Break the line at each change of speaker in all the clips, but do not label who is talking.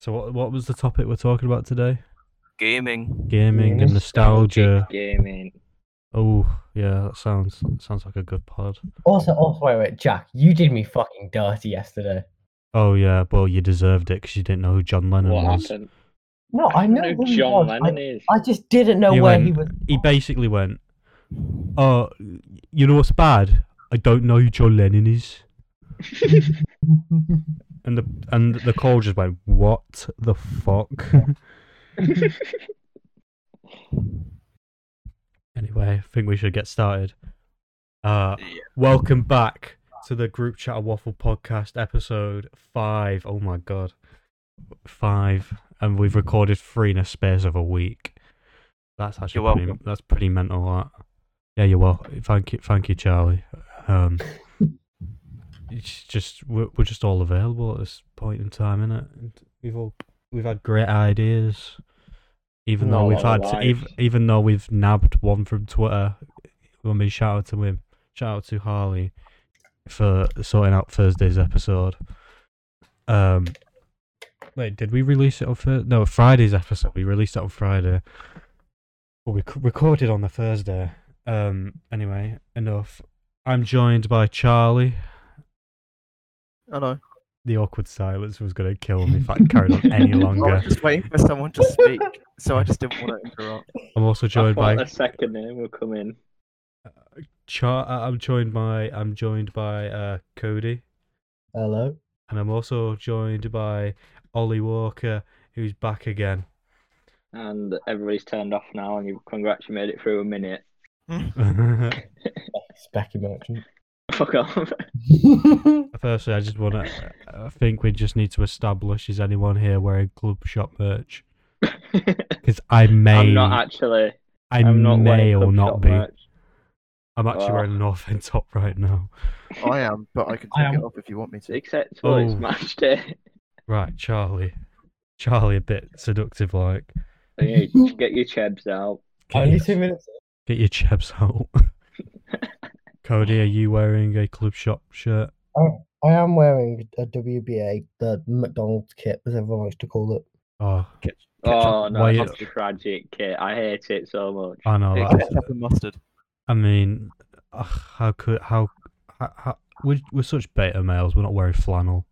So what what was the topic we're talking about today?
Gaming.
Gaming and nostalgia.
gaming.
Oh yeah, that sounds sounds like a good pod.
Also, also, wait, wait, Jack, you did me fucking dirty yesterday.
Oh yeah, well you deserved it because you didn't know who John Lennon
What
was.
happened?
No, I know
who
who he
John
was. I-
Lennon is.
I just didn't know
He
where
went-
he was.
He basically went, "Oh, you know what's bad? I don't know who John Lennon is." and the and the call just went, "What the fuck?" anyway, I think we should get started. Uh,
Yeah.
welcome back to the group chat waffle podcast episode five. Oh my god, five, and we've recorded three in a space of a week. That's actually
You're
pretty, that's pretty mental. That. Yeah, you're welcome. Thank you, thank you, Charlie. Um, it's just we're, we're just all available at this point in time, innit? And we've all we've had great ideas, even
Not
though
a
we've
lot
had
of
even,
lives.
even though we've nabbed one from Twitter. I mean, shout out to him. Shout out to Harley for sorting out Thursday's episode. Um, wait, did we release it on Thursday? No, Friday's episode. We released it on Friday. Well, we c- recorded on the Thursday. Um, anyway, enough. I'm joined by Charlie.
I know.
The awkward silence was going to kill me if I carried on any
I
longer.
was just waiting for someone to speak, so I just didn't want to interrupt.
I'm also
I
joined
thought
by
the second name would come in.
Char. uh, I'm joined by I'm joined by uh, Cody.
Hello.
And I'm also joined by Ollie Walker, who's back again.
And everybody's turned off now, and you congrats, you made it through a minute.
Firstly,
It's Becky Merchant.
Fuck off.
I just want to. I think we just need to establish is anyone here wearing club shop merch? Because I may,
I'm not actually.
I
I'm not
may
wearing
or
Club
not
Shop
be.
merch.
I'm actually
Oh.
wearing an off end top right now.
I am, but I can
I
take it
am.
off if you want me to.
Except for it's
Oh.
match day.
Right, Charlie. Charlie, a bit seductive, like.
So you need to get your chebs out.
Get
Only
your-
two minutes.
Get your chebs out. Cody, are you wearing a club shop shirt?
I am wearing a WBA, the McDonald's kit, as everyone likes to call it.
Oh,
Oh no,
Why Ah. you-
that's tragic, Kit. I hate it so much.
I know.
Yeah,
that's-
ketchup and mustard.
I mean, ugh, how could how how, how we're, we're such beta males. We're not wearing flannel.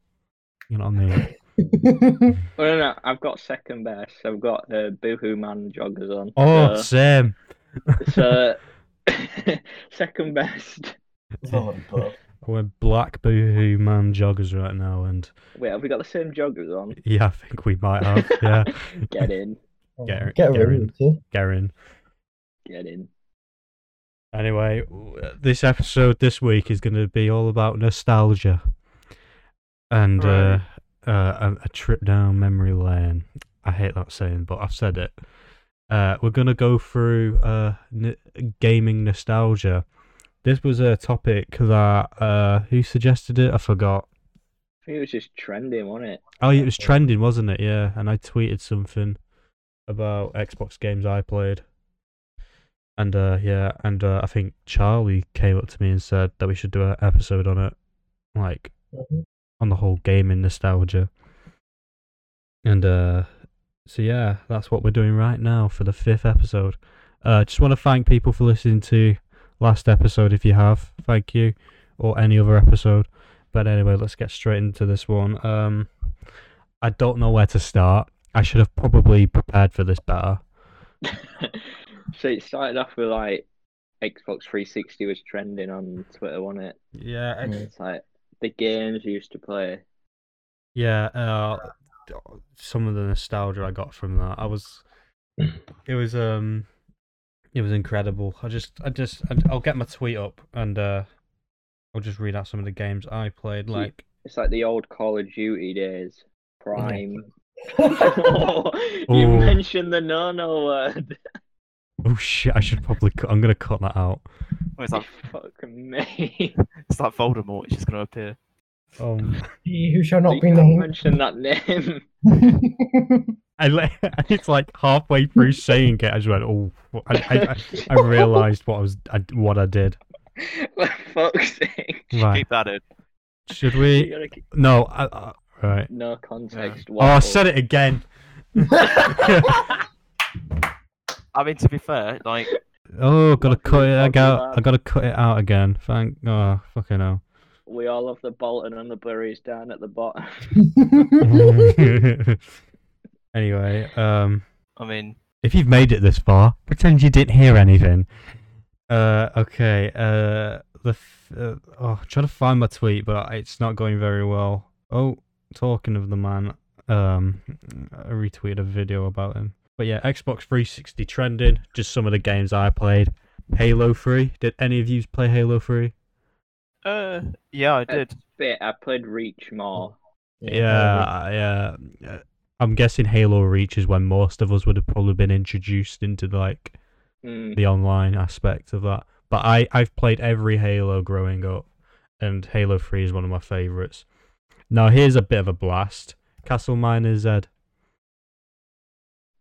You know what I mean?
Oh, no, no, I've got second best. I've got uh, Boohoo Man joggers on.
Oh,
so,
Sam.
so second best.
Lord, but-
I wear black boohoo man joggers right now, and
Wait, have we got the same joggers on?
yeah, I think we might have. Yeah,
Get in,
Gar-
um, Get rid
Garin.
of it, too.
Garin.
get in.
Anyway, w- this episode this week is going to be all about nostalgia and uh, uh, a, a trip down memory lane. I hate that saying, but I've said it. Uh, we're going to go through uh, n- gaming nostalgia. This was a topic that uh, who suggested it? I forgot.
I think it was just trending, wasn't it?
Oh, it was trending, wasn't it? Yeah, and I tweeted something about Xbox games I played. And uh, yeah, and uh, I think Charlie came up to me and said that we should do an episode on it, like
Mhm.
on the whole gaming nostalgia. And uh, so yeah, that's what we're doing right now for the fifth episode. Uh, just want to thank people for listening to last episode if you have. Thank you, or any other episode. But anyway, let's get straight into this one. Um, I don't know where to start. I should have probably prepared for this better.
so it started off with like Xbox 360 was trending on Twitter, wasn't it?
Yeah,
ex-
It's like the games you used to play.
Yeah, uh, some of the nostalgia I got from that, I was, it was um, it was incredible. I just, I just, I- I'll get my tweet up and uh, I'll just read out some of the games I played. Like,
It's like the old Call of Duty days. Prime. you
Ooh.
mentioned the no no word.
oh shit, I should probably, cut, I'm gonna cut that out.
Oh, It's like,
Fucking me.
it's like Voldemort. It's just going to appear.
Um,
He who shall not
you
be
can't
named.
mention that name.
I le- it's like halfway through saying it, I just went, oh, I, I, I, I realized what I was, I, what I did.
For fuck's sake.
Right,
Keep that in.
should
You
we?
gotta keep-
No, I, I, Right.
No context.
Oh, I
waffle.
said it again.
I mean, to be fair, like
Oh, gotta
Luckily,
cut it. I
luckily,
got. I
lad.
gotta cut it out again. Thank. Oh, fucking hell.
We all have the Bolton and the Buries down at the bottom.
Mm-hmm. anyway, um,
I mean,
if you've made it this far, pretend you didn't hear anything. Uh, okay. Uh, the f- uh, oh, I'm trying to find my tweet, but it's not going very well. Oh, talking of the man, um, I retweeted a video about him. But yeah, Xbox 360 trending. Just some of the games I played. Halo 3. Did any of you play Halo 3?
uh, yeah, I did.
Bit. I played Reach more.
Yeah, yeah. uh, I'm guessing Halo Reach is when most of us would have probably been introduced into like
Mm.
the online aspect of that. But I I've played every Halo growing up, and Halo Three is one of my favorites. Now here's a bit of a blast. Castle Miners Z.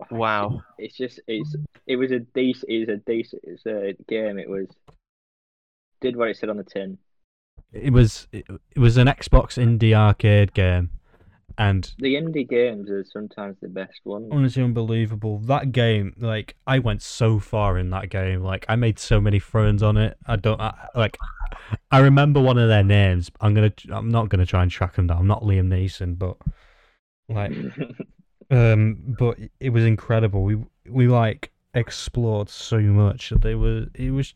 Wow.
It's just it's it was a decent it's a decent it's a game. It was did what it said on the tin.
It was it, it was an Xbox indie arcade game, and
The indie games are sometimes the best ones.
honestly unbelievable. That game, like I went so far in that game. Like I made so many friends on it. I don't I, like. I remember one of their names. I'm gonna. I'm not gonna try and track them down. I'm not Liam Neeson, but like, um, but it was incredible. We we like explored so much. They were. It was.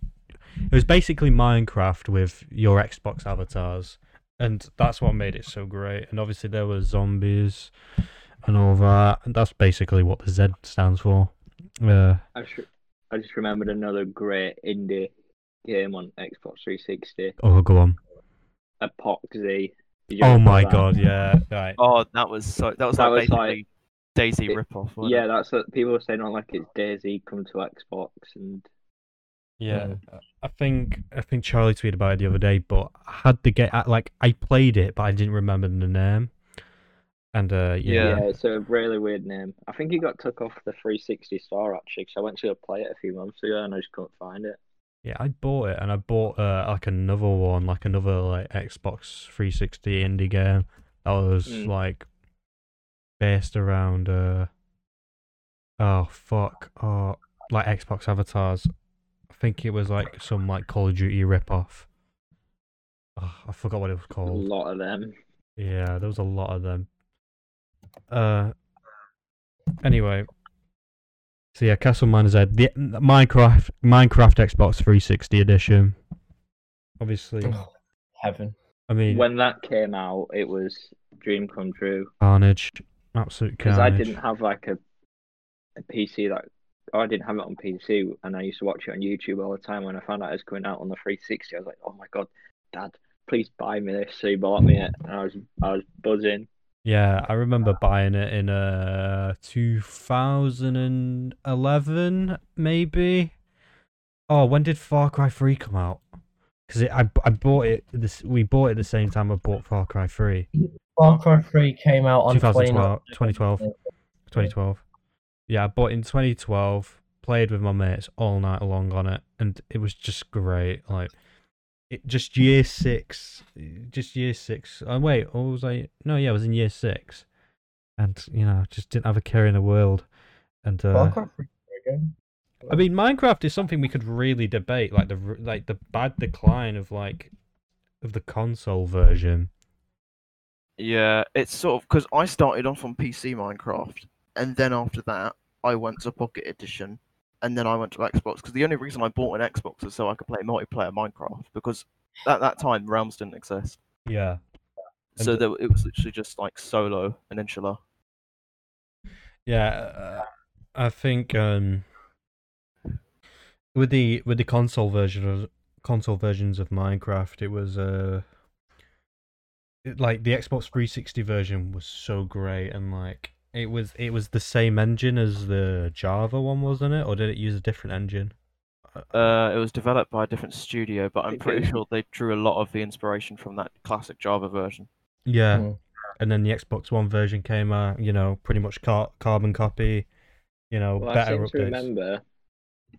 It was basically Minecraft with your Xbox avatars, and that's what made it so great. And obviously there were zombies and all that. And that's basically what the Z stands for. Uh,
I just, I just remembered another great indie game on Xbox 360,
oh, go on.
Epoxy. Did you
Oh
remember
my
that?
god, yeah. Right.
Oh, that was so. That was
That
like
was like-
basically Daisy
it-
ripoff. Wasn't
Yeah, that's what people were saying. Not like it's Daisy come to Xbox, and
Yeah. I think I think Charlie tweeted about it the other day, but I had to get I- like I played it, but I didn't remember the name. And uh, yeah,
yeah. it's a really weird name. I think it got took off the 360 store actually, because I went to go play it a few months ago and I just couldn't find it.
Yeah, I bought it, and I bought uh, like another one, like another like Xbox 360 indie game that was
Mm.
like based around uh oh fuck oh like Xbox avatars. I think it was like some like Call of Duty ripoff. Oh, I forgot what it was
A
called.
lot of them.
Yeah, there was a lot of them. Uh, anyway, so yeah, Castle Miner Z, the Minecraft, Minecraft Xbox 360 edition. Obviously,
Heaven.
I mean,
When that came out, it was dream come true.
carnage, absolute
because
carnage.
I didn't have like a a PC that I didn't have it on PC, and I used to watch it on YouTube all the time. When I found out it was coming out on the 360, I was like, "Oh my god, Dad, please buy me this!" So he bought me it, and I was I was buzzing.
Yeah, I
Ah.
remember buying it in uh 2011, maybe. Oh, when did Far Cry 3 come out? Because I I bought it this we bought it the same time I bought Far Cry 3.
Far Cry 3 came out on
2012,
2012.
2012. Yeah, I bought it in 2012, played with my mates all night long on it, and it was just great. Like, it just year six, just year six. Oh, wait, or was I? No, yeah, I was in year six, and you know, just didn't have a care in the world. And uh,
Far Cry 3 again.
I mean, Minecraft is something we could really debate, like the r- like the bad decline of like of the console version.
it? Yeah, it's sort of because I started off on PC Minecraft, and then after that, I went to Pocket Edition, and then I went to Xbox because the only reason I bought an Xbox was so I could play multiplayer Minecraft because at that time Realms didn't exist,
Yeah. And
so
the-
there, it was literally just like solo and Inshallah.
Yeah, uh, I think um, with the with the console version of console versions of Minecraft, it was uh, it, like the Xbox 360 version was so great, and like it was it was the same engine as the Java one, wasn't it? Or did it use a different engine?
Uh, it was developed by a different studio, but I'm
It
pretty
did.
sure they drew a lot of the inspiration from that classic Java version.
Yeah,
Hmm.
Mm.
and then the Xbox One version came out. You know, pretty much car- carbon copy. You know,
Well, I
better
seem
updates.
to remember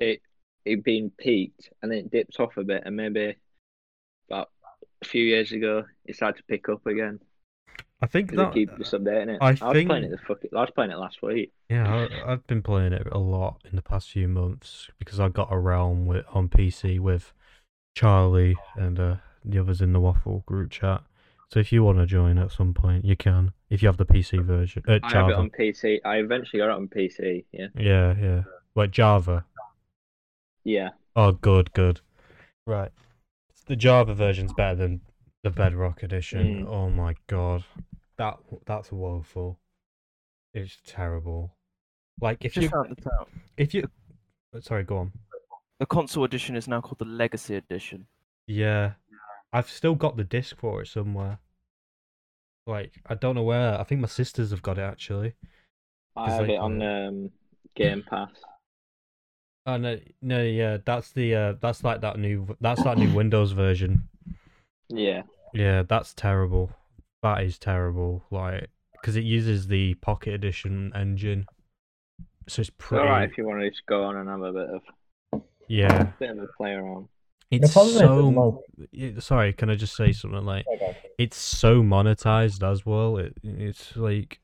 it it being peaked, and then it dipped off a bit, and maybe about a few years ago, it started to pick up again.
I think
'cause
that.
they keep just updating it.
uh, I
I, was playing it
think-
the fuck I was playing it last week.
Yeah, I, I've been playing it a lot in the past few months because I got a realm with, on PC with Charlie and uh, the others in the Waffle group chat. So if you want to join at some point, you can. If you have the PC version, uh,
I have it
Java.
on PC. I eventually got it on PC. Yeah,
Yeah, yeah. Like Java.
yeah.
Oh, good, good. Right. The Java version's better than the Bedrock
Mm.
edition. Oh my god, that that's woeful. It's terrible. Like if
Just
you
out the town.
if you, sorry, go on.
The console edition is now called the Legacy Edition.
Yeah. I've still got the disc for it somewhere. Like, I don't know where. I think my sisters have got it actually.
I
'Cause,
have
like,
it on um, Game Pass.
Oh no, no, yeah, that's the uh that's like that new that's that new Windows version.
Yeah,
Yeah, that's terrible. That is terrible. Like cuz it uses the Pocket Edition engine. So it's
it's all
pretty
right if you want to just go on and have a bit of
Yeah.
bit of a play around.
It's
problem is at the
so
moment-
Yeah, sorry, can I just say something like
Okay.
it's so monetized as well. It, it's like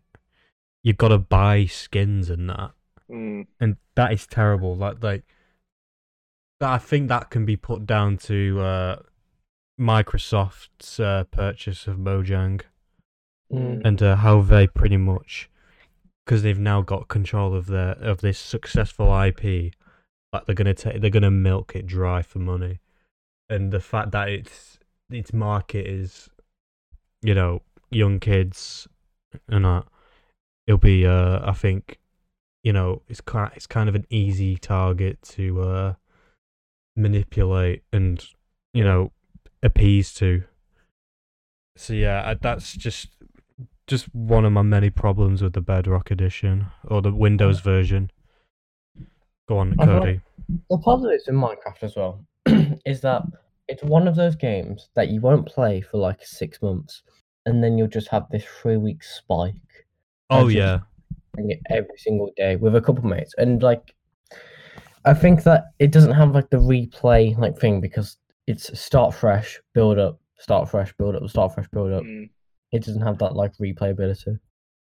you've got to buy skins and that,
Mm,
and that is terrible. Like like that, I think that can be put down to uh, Microsoft's uh, purchase of Mojang
Mm.
and uh, how they pretty much because they've now got control of their of this successful IP, like they're gonna take they're gonna milk it dry for money, and the fact that its its market is, you know, young kids and that it'll be uh I think, you know, it's kind it's kind of an easy target to uh manipulate and you know appease to. So yeah, I, that's just just one of my many problems with the Bedrock edition or the Windows version. Go on,
I thought-
Cody.
The problem is in Minecraft as well is that it's one of those games that you won't play for like six months, and then you'll just have this three week spike I
Oh
just-
yeah,
playing it every single day with a couple mates, and like I think that it doesn't have like the replay like thing because it's start fresh, build up, start fresh, build up, start fresh, build
Oh.
up.
mm.
It doesn't have that like replayability.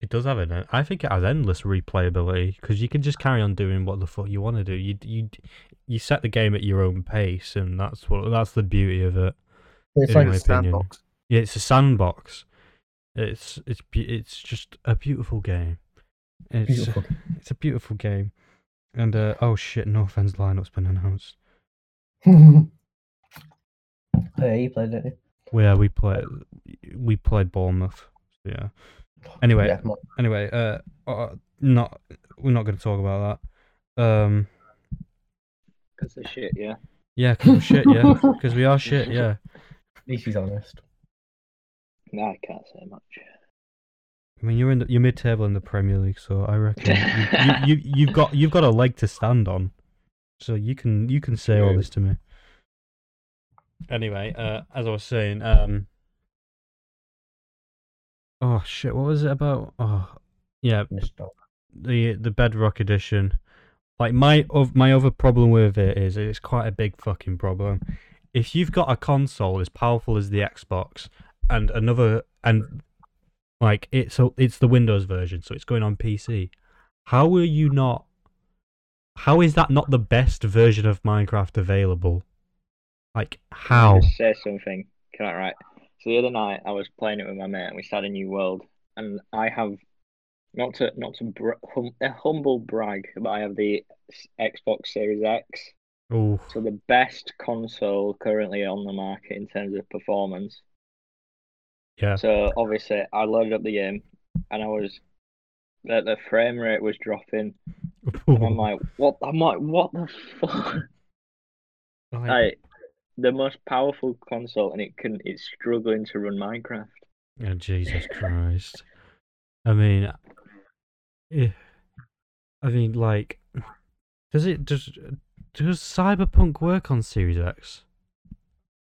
it does have an. I think it has endless replayability because you can just carry on doing what the fuck you want to do. You you you set the game at your own pace, and that's what that's the beauty of it.
It's
Yeah.
like
my
It's
opinion.
sandbox.
Yeah, it's a sandbox. It's it's be- it's just a beautiful game. It's
beautiful.
it's a beautiful game, and uh, oh shit, no offense, lineup's been announced.
oh, yeah, you played it. didn't
Where we play, we played Bournemouth. Yeah.
you?
Anyway,
Yeah, come on.
anyway, uh, uh, not we're not going to talk about that. Um,
'Cause the shit. Yeah,
yeah, we we're shit. Yeah, because we are shit. Yeah.
At least he's honest.
no, I can't say much.
I mean, you're in the, you're mid table in the Premier League, so I reckon you, you, you you've got you've got a leg to stand on, so you can you can say all
Yeah.
this to me. Anyway, uh, as I was saying, um, oh shit, what was it about? Oh, yeah,
Mr.
the the Bedrock edition. Like my of my other problem with it is it's quite a big fucking problem. If you've got a console as powerful as the Xbox and another and like it's a, it's the Windows version, so it's going on PC. How are you not? How is that not the best version of Minecraft available? Like how?
Just say something. Can I right? So the other night I was playing it with my mate and we started a new world and I have not to not to br- hum, a humble brag, but I have the S- Xbox Series X,
Oh,
so the best console currently on the market in terms of performance.
Yeah.
So obviously I loaded up the game and I was the, the frame rate was dropping. And I'm like, what? I'm like, what the fuck?
Like,
Like the most powerful console, and it can it's struggling to run Minecraft.
Oh, Jesus Christ. I mean, eh, I mean, like, does it does does Cyberpunk work on Series X?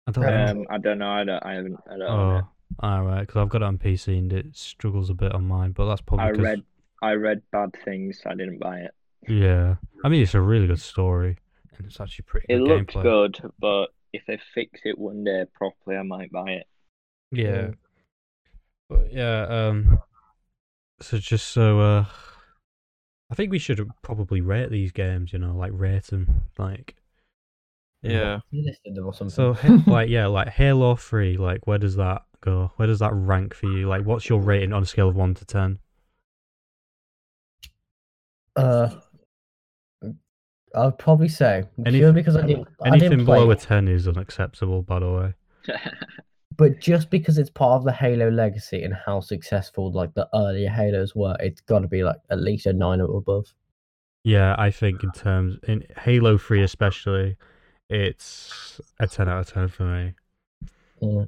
I don't know.
Um, I don't know. I don't. I haven't. I don't. know.
oh, all right, because I've got it on PC and it struggles a bit on mine, but that's probably
I
'cause-
read. I read bad things. so I didn't buy it.
Yeah, I mean, it's a really good story, and it's actually pretty.
It
good
looked
gameplay.
good, but if they fix it one day properly, I might buy it.
Yeah. But yeah, um, so just so uh, I think we should probably rate these games. You know, like rate them, like
Yeah.
You listed them or something.
So, Ha- like, yeah, like Halo Three. Like, where does that go? Where does that rank for you? Like, what's your rating on a scale of one to ten?
uh, I'd probably say
Anyth-
purely because I didn't. I
Anything
didn't play
below a
it,
ten is unacceptable. By the way,
but just because it's part of the Halo legacy and how successful like the earlier Halos were, it's got to be like at least a nine or above.
yeah, I think in terms in Halo Three especially, it's a ten out of ten for me.
Yeah.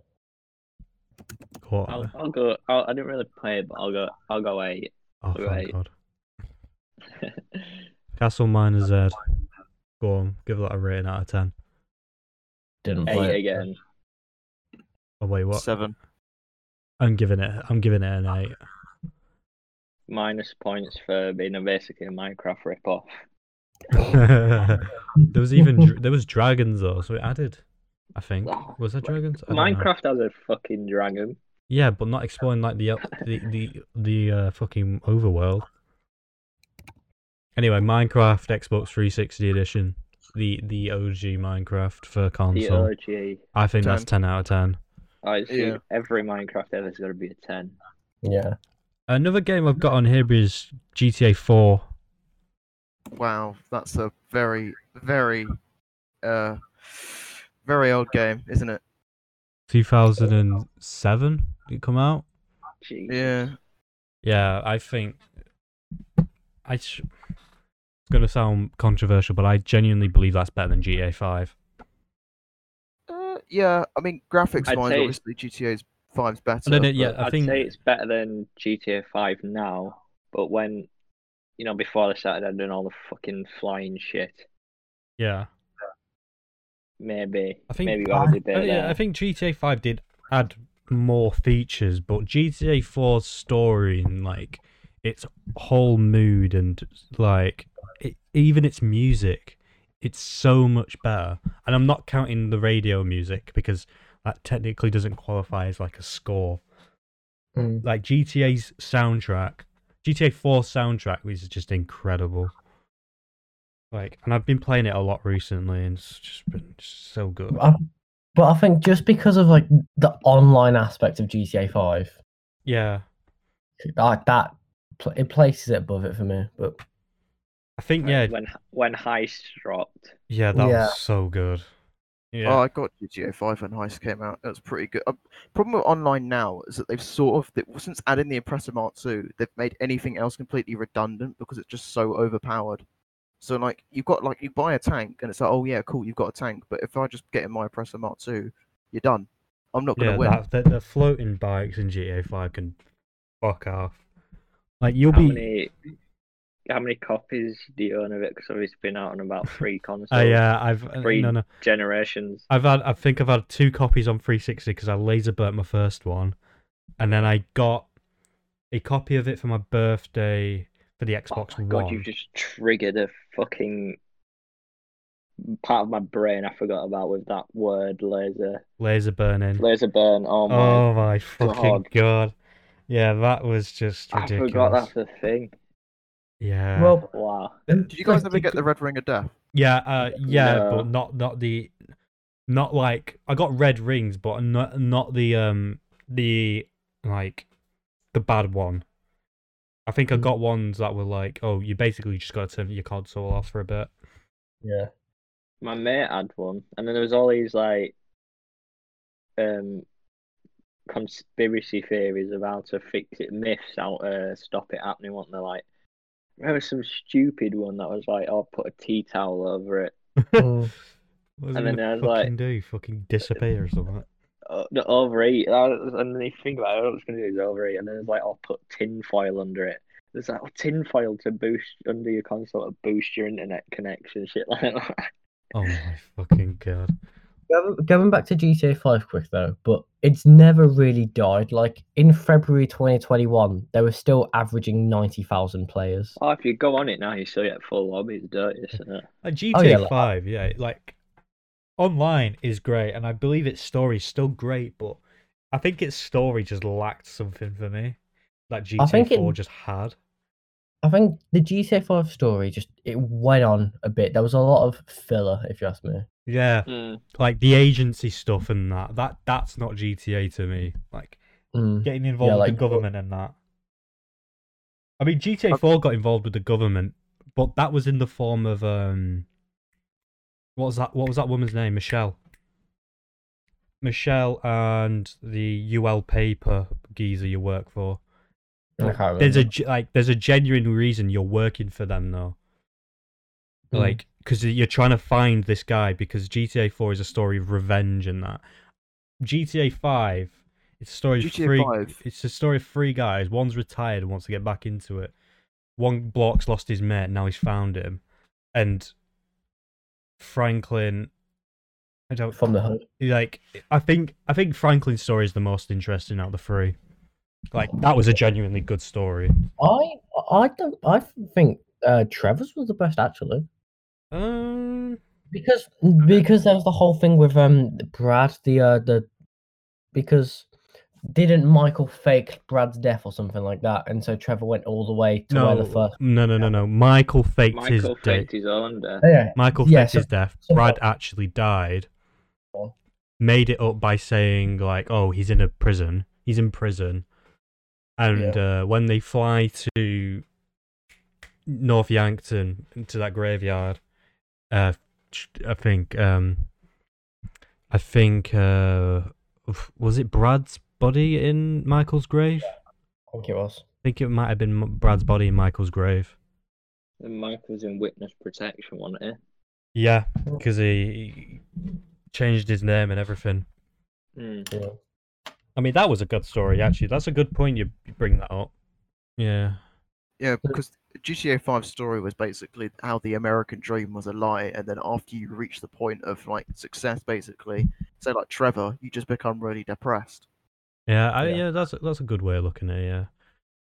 What?
I'll, I'll go. I'll, I didn't really play it, but I'll go. I'll go eight.
oh, thank
right.
God. Castle Miner Z. Go on, give that a rating out of ten.
Didn't play
eight
it.
again.
Oh wait, what?
Seven.
I'm giving it. I'm giving it an eight.
Minus points for being a basically a Minecraft ripoff.
there was even dr- there was dragons though, so it added. I think
Wow.
was there
Mi-
dragons? I don't know.
Minecraft has a fucking dragon.
Yeah, but not exploring like the up- the the the uh, fucking overworld. Anyway, Minecraft Xbox 360 edition, the the OG Minecraft for
The
console.
OG.
I think that's 10 out of 10.
I see
Yeah.
every Minecraft ever is gonna be a ten.
Yeah.
Another game I've got on here is GTA 4.
Wow, that's a very, very, uh, very old game, isn't it?
2007 it come out.
Jeez.
Yeah.
Yeah, I think I sh- it's gonna sound controversial, but I genuinely believe that's better than GTA Five.
Uh, yeah. I mean, graphics
I'd
wise,
say-
obviously GTA's five's better.
No, no, yeah,
but-
I
I'd
think
say it's better than GTA 5 now, but when, you know, before they started doing all the fucking flying shit,
yeah,
maybe.
I think
maybe
I,
we'll have a debate
I- yeah, I
there.
think GTA Five did add more features, but GTA 4's story and like its whole mood and like it, even its music, it's so much better. And I'm not counting the radio music because that technically doesn't qualify as like a score.
Mm.
like GTA's soundtrack, GTA 4 soundtrack is just incredible. Like, and I've been playing it a lot recently, and it's just been so good.
I- but I think just because of like the online aspect of GTA Five,
Yeah,
like that, pl- it places it above it for me. But
I think yeah,
When, when Heist dropped,
yeah, that
Yeah.
was so good.
Oh,
Yeah,
I got GTA 5 when Heist came out. It was pretty good. Uh, problem with online now is that they've sort of, that since adding the Impressor Mark II, they've made anything else completely redundant because it's just so overpowered. So, like, you've got, like, you buy a tank and it's like, oh, yeah, cool, you've got a tank. But if I just get in my Impressor Mark II, you're done. I'm not going
yeah,
to win.
that, the, the floating bikes in GTA 5 can fuck off. Like you'll
how
be,
many how many copies do you own of it? Because it's been out on about three consoles,
uh, yeah, I've uh,
Free.
no no,
generations.
I've had, I think I've had two copies on 360 because I laser burnt my first one, and then I got a copy of it for my birthday for the
Oh
Xbox
my
One.
god, you've just triggered a fucking part of my brain I forgot about with that word laser.
Laser burning.
Laser burn, oh my
oh my fucking
God.
god! Yeah, that was just
I
ridiculous.
forgot that's a thing.
Yeah.
well,
Wow.
Did you guys ever get the Red Ring of Death?
Yeah, uh, yeah,
No.
but not not the, not like I got red rings, but not not the um the like the bad one. I think I
Mm.
got ones that were like, oh, you basically just got to turn your console off for a bit.
yeah,
My mate had one, and then there was all these like um conspiracy theories of how to fix it, myths how to stop it happening, weren't there? Like there was some stupid one that was like, "I'll put a tea towel over it."
Mm.
What is
And
it
then
gonna
there's,
fucking
like-
do? Fucking disappear or something.
Uh, no, overeat, and, I was- and then you think about it, all it's gonna do is overeat, and then it's like, "I'll put tin foil under it." There's like oh, tin foil to boost under your console to boost your internet connection, shit like that.
Oh my fucking god!
Going, going back to GTA 5 quick though, but it's never really died. Like in February 2021, they were still averaging 90,000 players.
Oh, if you go on it now, you still get full lobbies, don't you? So,
Like GTA
Oh, yeah, like-
Five, yeah, like online is great, and I believe its story's still great, but I think its story just lacked something for me that
I think
GTA
it-
Four just had.
I think the GTA 5 story just it went on a bit. There was a lot of filler, if you ask me.
Yeah,
Mm.
like the agency stuff and that. That that's not GTA to me. Like
Mm.
getting involved
like-
with the government and that. I mean, GTA Four got involved with the government, but that was in the form of um, what was that? What was that woman's name? Michelle. Michelle and the UL paper geezer you work for.
I can't
There's a
remember.
ge- like, there's a genuine reason you're working for them though.
Mm.
Like, because you're trying to find this guy because GTA Four is a story of revenge and that. GTA Five, it's a story of
GTA
three.
5.
It's a story of three guys. One's retired and wants to get back into it. One block's lost his mate. Now he's found him, and Franklin. I don't
from the hood.
like. I think I think Franklin's story is the most interesting out of the three. Like that was a genuinely good story.
I I don't I think uh, Trevor's was the best actually.
Um,
Because because there was the whole thing with um Brad the uh the because didn't Michael fake Brad's death or something like that, and so Trevor went all the way to where
no,
the first.
no, no, no, no. Michael faked his
Michael
death.
faked his own death.
oh, Yeah,
Michael
Yeah,
faked
so-
his death.
so-
Brad actually died.
Oh.
Made it up by saying like, "Oh, he's in a prison. He's in prison." And uh, when they fly to North Yankton to that graveyard, uh, I think, um, I think, uh, was it Brad's body in Michael's grave? I
I think it was.
think it might have been Brad's body in Michael's grave.
And Michael's in witness protection, wasn't he?
Yeah, because he changed his name and everything.
Mm.
Yeah.
I mean, that was a good story, actually. That's a good point you you bring that up. Mm-hmm. Yeah.
Yeah, because GTA 5 story was basically how the American dream was a lie, and then after you reach the point of like success, basically, say like Trevor, you just become really depressed.
Yeah, I, yeah.
Yeah.
that's, that's a good way of looking at it, yeah.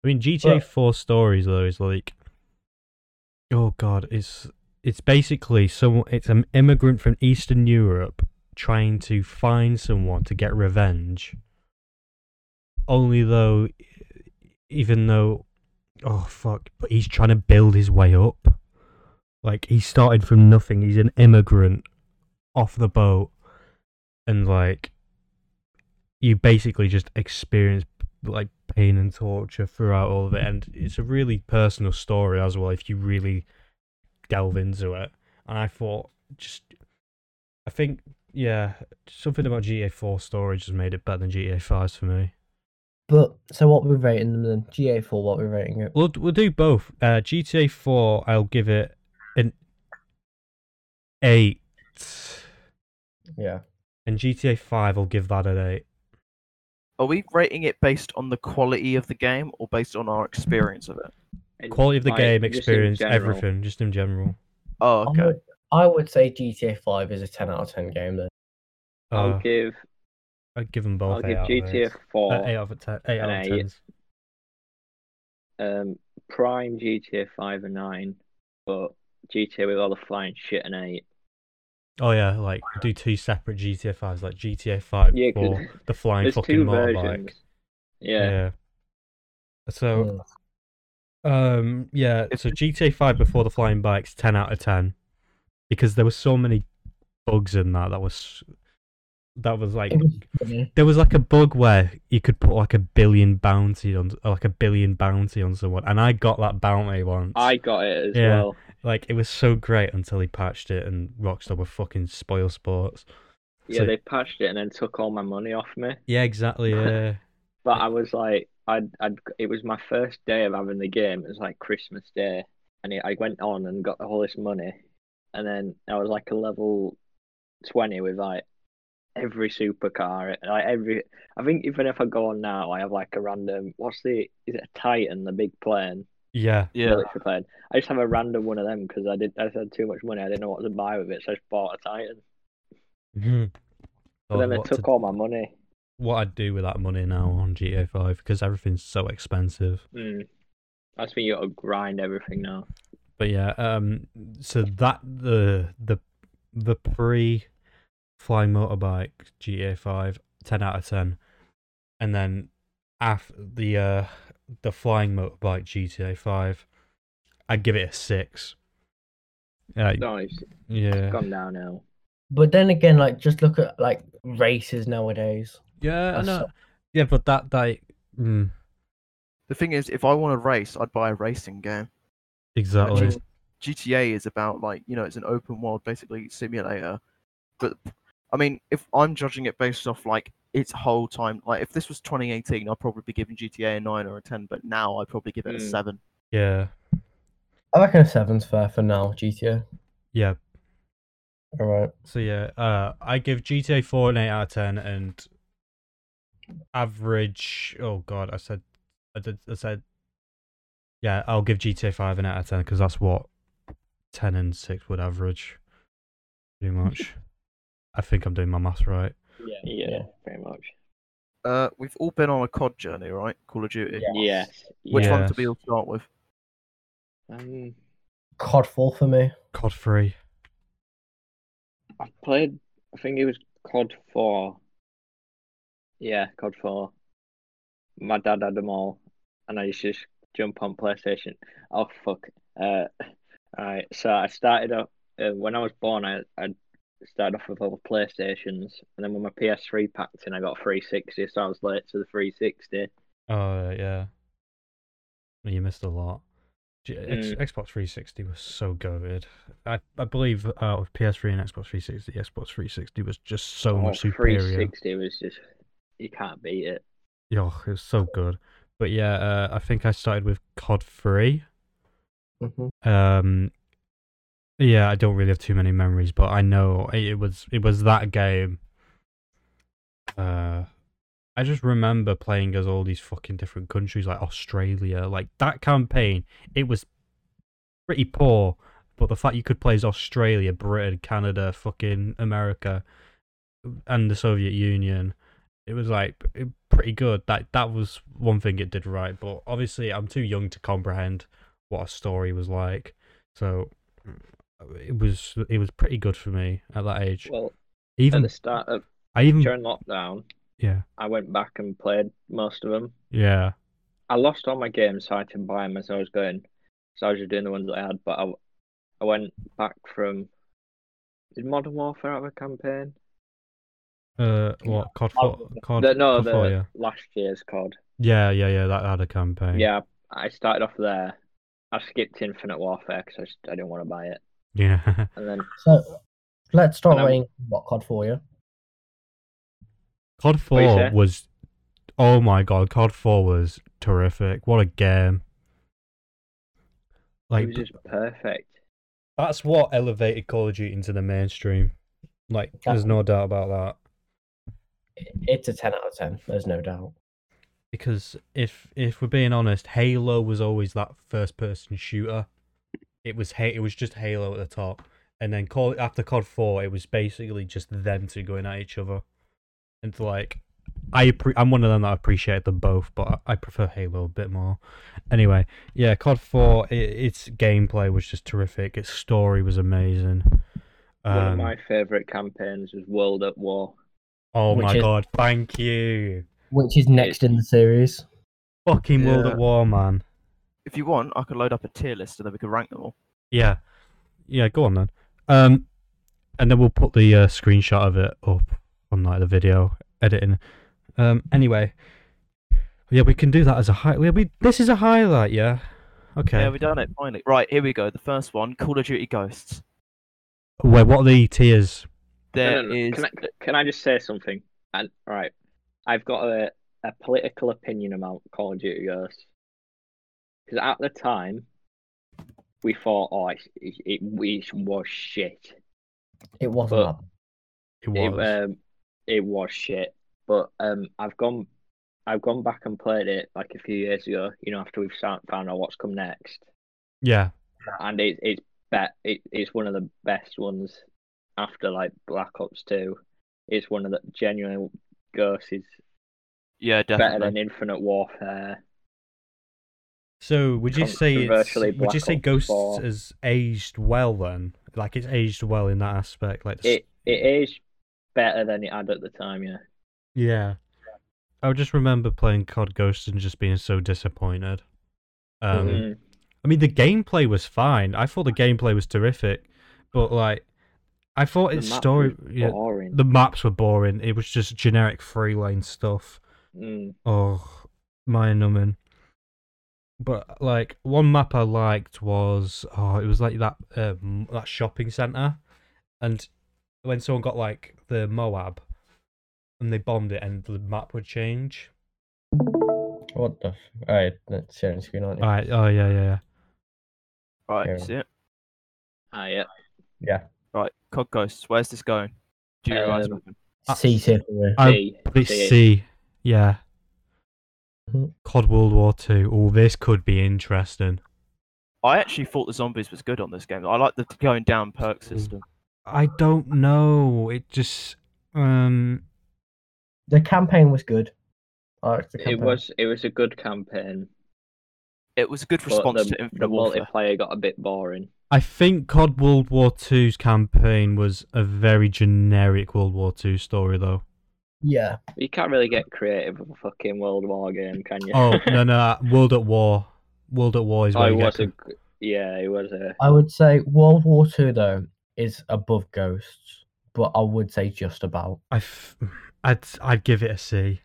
I mean, GTA 4 stories, though, is like. Oh, God. It's it's basically some, it's an immigrant from Eastern Europe trying to find someone to get revenge. Only though, e-, even though. Oh, fuck. But he's trying to build his way up. Like, he started from nothing. He's an immigrant off the boat. And, like, you basically just experience like pain and torture throughout all of it and it's a really personal story as well if you really delve into it and i thought just i think yeah something about gta 4 story just made it better than gta 5 for me
But so what we're rating them then? GA4, what we're rating it?
we'll, we'll do both uh gta 4 i'll give it an 8
Yeah.
and gta 5 i'll give that an 8
Are we rating it based on the quality of the game or based on our experience of it?
And,
quality of the
like,
game
just in
experience
general,
everything just in general
Oh,
I,
okay.
would, I would say GTA 5 is a 10 out of 10 game then.
Uh,
I'll give
I'd give them both
I'll
eight
give
out of eight.
GTA
Uh, eight
Four,
out of ten. Eight
An
out of
eight.
tens.
um, Prime GTA Five and Nine, but GTA with all the flying shit and eight.
Oh yeah, like do two separate GTA fives, like GTA five
Yeah, 'cause
for the flying
There's
fucking
two
motorbike.
versions.
Yeah.
Yeah.
So um yeah, so GTA five before the flying bikes, ten out of ten, because there were so many bugs in that. That was that was like
Yeah.
there was like a bug where you could put like a billion bounty on like a billion bounty on someone, and I got that bounty once.
I got it as
Yeah.
well.
Like it was so great until he patched it, and Rockstar were fucking spoil sports.
Yeah,
So-
they patched it and then took all my money off me.
Yeah, exactly. Yeah.
But I was like, I'd, I'd, it was my first day of having the game. It was like Christmas Day, and it, I went on and got all this money, and then I was like a level twenty with like every supercar, and like every. I think even if I go on now, I have like a random. What's the? Is it a Titan, the big plane,
yeah.
military plane? I just have a random one of them because I did. I just had too much money. I didn't know what to buy with it, so I just bought a Titan.
Mhm.
Mm-hmm. But
God,
then they
what,
took
to,
all my money.
what I'd do with that money now on GTA 5 because everything's so expensive.
Mm. I just think you got to grind everything now.
But yeah, um, so that the the the pre flying motorbike GTA 5 10 out of 10, and then after the uh, the flying motorbike GTA Five, I'd give it a six. Uh,
No, it's
yeah,
gone downhill.
But then again, like just look at like races nowadays.
yeah, I
That's-
know. yeah, but that that mm,
The thing is, if I want to race, I'd buy a racing game.
exactly.
Actually, GTA is about like you know it's an open world basically simulator, but I mean if I'm judging it based off like its whole time, like if this was 2018, I'd probably be giving GTA a nine or a ten, but now I'd probably give it a
Hmm.
seven.
Yeah,
I reckon a seven's fair for now. GTA.
yeah.
All right.
So yeah, uh, I give GTA Four an eight out of ten, and average. Oh God, I said, I did, I said, yeah, I'll give GTA Five an eight out of ten because that's what ten and six would average, pretty much. I think I'm doing my maths right.
Yeah,
yeah.
pretty much.
Uh, we've all been on a COD journey, right? Call of Duty.
Yes.
Which
yeah.
one to
Yes.
be will start with?
Um,
COD four for me.
COD Three.
I played. I think it was COD Four. Yeah, COD Four. My dad had them all, and I used to just jump on PlayStation. Oh fuck! Uh, alright. So I started off uh, when I was born. I I started off with all the PlayStations, and then when my PS3 packed in, I got 360. So I was late to the 360.
Oh yeah, you missed a lot. G- X-
Mm.
Xbox 360 was so goated. I I believe uh, out of PS3 and Xbox 360, Xbox 360 was just so much
Oh,
superior.
360 was just you can't beat it.
Yeah, it was so good. But yeah, uh, I think I started with COD 3.
Mm-hmm.
Um, yeah, I don't really have too many memories, but I know it, it was it was that game. Uh, I just remember playing as all these fucking different countries, like Australia, like that campaign. It was pretty poor, but the fact you could play as Australia, Britain, Canada, fucking America, and the Soviet Union, it was like p- pretty good. That that was one thing it did right. But obviously, I'm too young to comprehend what a story was like. So it was it was pretty good for me at that age.
Well, at
even Hmm.
the start of
I even
during lockdown,
yeah
I went back and played most of them.
yeah
I lost all my games, so I had to buy them as I was going. So I was just doing the ones that I had. But I, I went back from. Did Modern Warfare have a campaign?
uh what COD four COD,
Oh, The- no,
COD
the
four, yeah.
last year's COD.
yeah yeah yeah that had a campaign
Yeah, I started off there. I skipped Infinite Warfare because I, just- I didn't want to buy it.
yeah
And then
So let's start
And I'm-
rating what COD four. Yeah.
COD
What you
four
say?
was oh my god COD four was terrific what a game
it
like
was just perfect.
that's what elevated Call of Duty into the mainstream like there's
Oh.
there's
no doubt about that
It's a ten out of ten. There's no doubt.
because if if we're being honest, Halo was always that first person shooter. It was Ha- it was just Halo at the top, and then call after COD Four, it was basically just them two going at each other. And like, I appre- I'm one of them that appreciate them both, but I I prefer Halo a bit more. Anyway, yeah, COD Four, i its gameplay was just terrific. Its story was amazing.
One of
Um,
my favourite campaigns was World at War.
oh my
Which is-
god, thank you,
Which is next in the series.
fucking World
Yeah.
at War, man.
If you want, I could load up a tier list and then we could rank them all.
Yeah, yeah. Go on then. Um, and then we'll put the uh, screenshot of it up on like the video editing. Um, anyway, yeah, we can do that as a high. We, we this is a highlight, yeah. Okay.
Yeah, we done it finally. Right, here we go. The first one, Call of Duty Ghosts.
Wait, what are the tiers?
There
No, no, no.
is
Can I, can I just say something? And all right, I've got a, a political opinion about Call of Duty Ghosts because at the time we thought, oh, it it, it, it was shit.
It wasn't.
But-
that-
It
It,
was.
um, it was shit. But um, I've gone, I've gone back and played it like a few years ago. You know, after we've found found out what's come next,
yeah,
and it, it's bet it, it's one of the best ones after like Black Ops Two. It's one of the genuine Ghosts is
yeah,
better
definitely.
than Infinite Warfare.
So would you say it's,
Controversially,
would you
Black
say
Ops
Ghosts
4.
has aged well then? Like it's aged well in that aspect. Like the s-
It it is better than it had at the time, yeah.
yeah. I just remember playing COD Ghosts and just being so disappointed. Um,
Mhm.
Mm.
I mean, the gameplay was fine. I thought the gameplay was terrific, but like, I thought
The
its
map
story,
was
yeah,
boring.
the maps were boring. It was just generic free lane stuff.
Mm.
Oh, mind numbing. But like one map I liked was oh it was like that um, that shopping center, and when someone got like the Moab, and they bombed it, and the map would change.
What the? F- All right, that's sharing screen, aren't you?
All right. Oh yeah, yeah, yeah.
Right, you
Yeah.
see it?
Ah, yeah.
yeah.
Right, COD Ghosts, where's this going? Do you realise
Um,
what happened?
Uh,
C tier for me.
I-
See,
Let's
see.
see. Yeah.
Mhm.
COD World War Two. Oh, this could be interesting.
I actually thought the zombies was good on this game. I like the going down perk system.
I don't know. It just um
The campaign was good. I liked the
It
campaign.
was it was a good campaign.
It was a good
but
response
the,
to
the
Infinite Warfare.
multiplayer got a bit boring.
I think COD World War II's campaign was a very generic World War II story, though.
Yeah.
You can't really get creative with a fucking World War game, can you?
Oh no, no, World at War. World at War is
oh,
where
it
you get
was a,
to-
g- yeah, it was a.
I would say World War Two though is above Ghosts, but I would say just about.
I f- I'd I'd give it a C.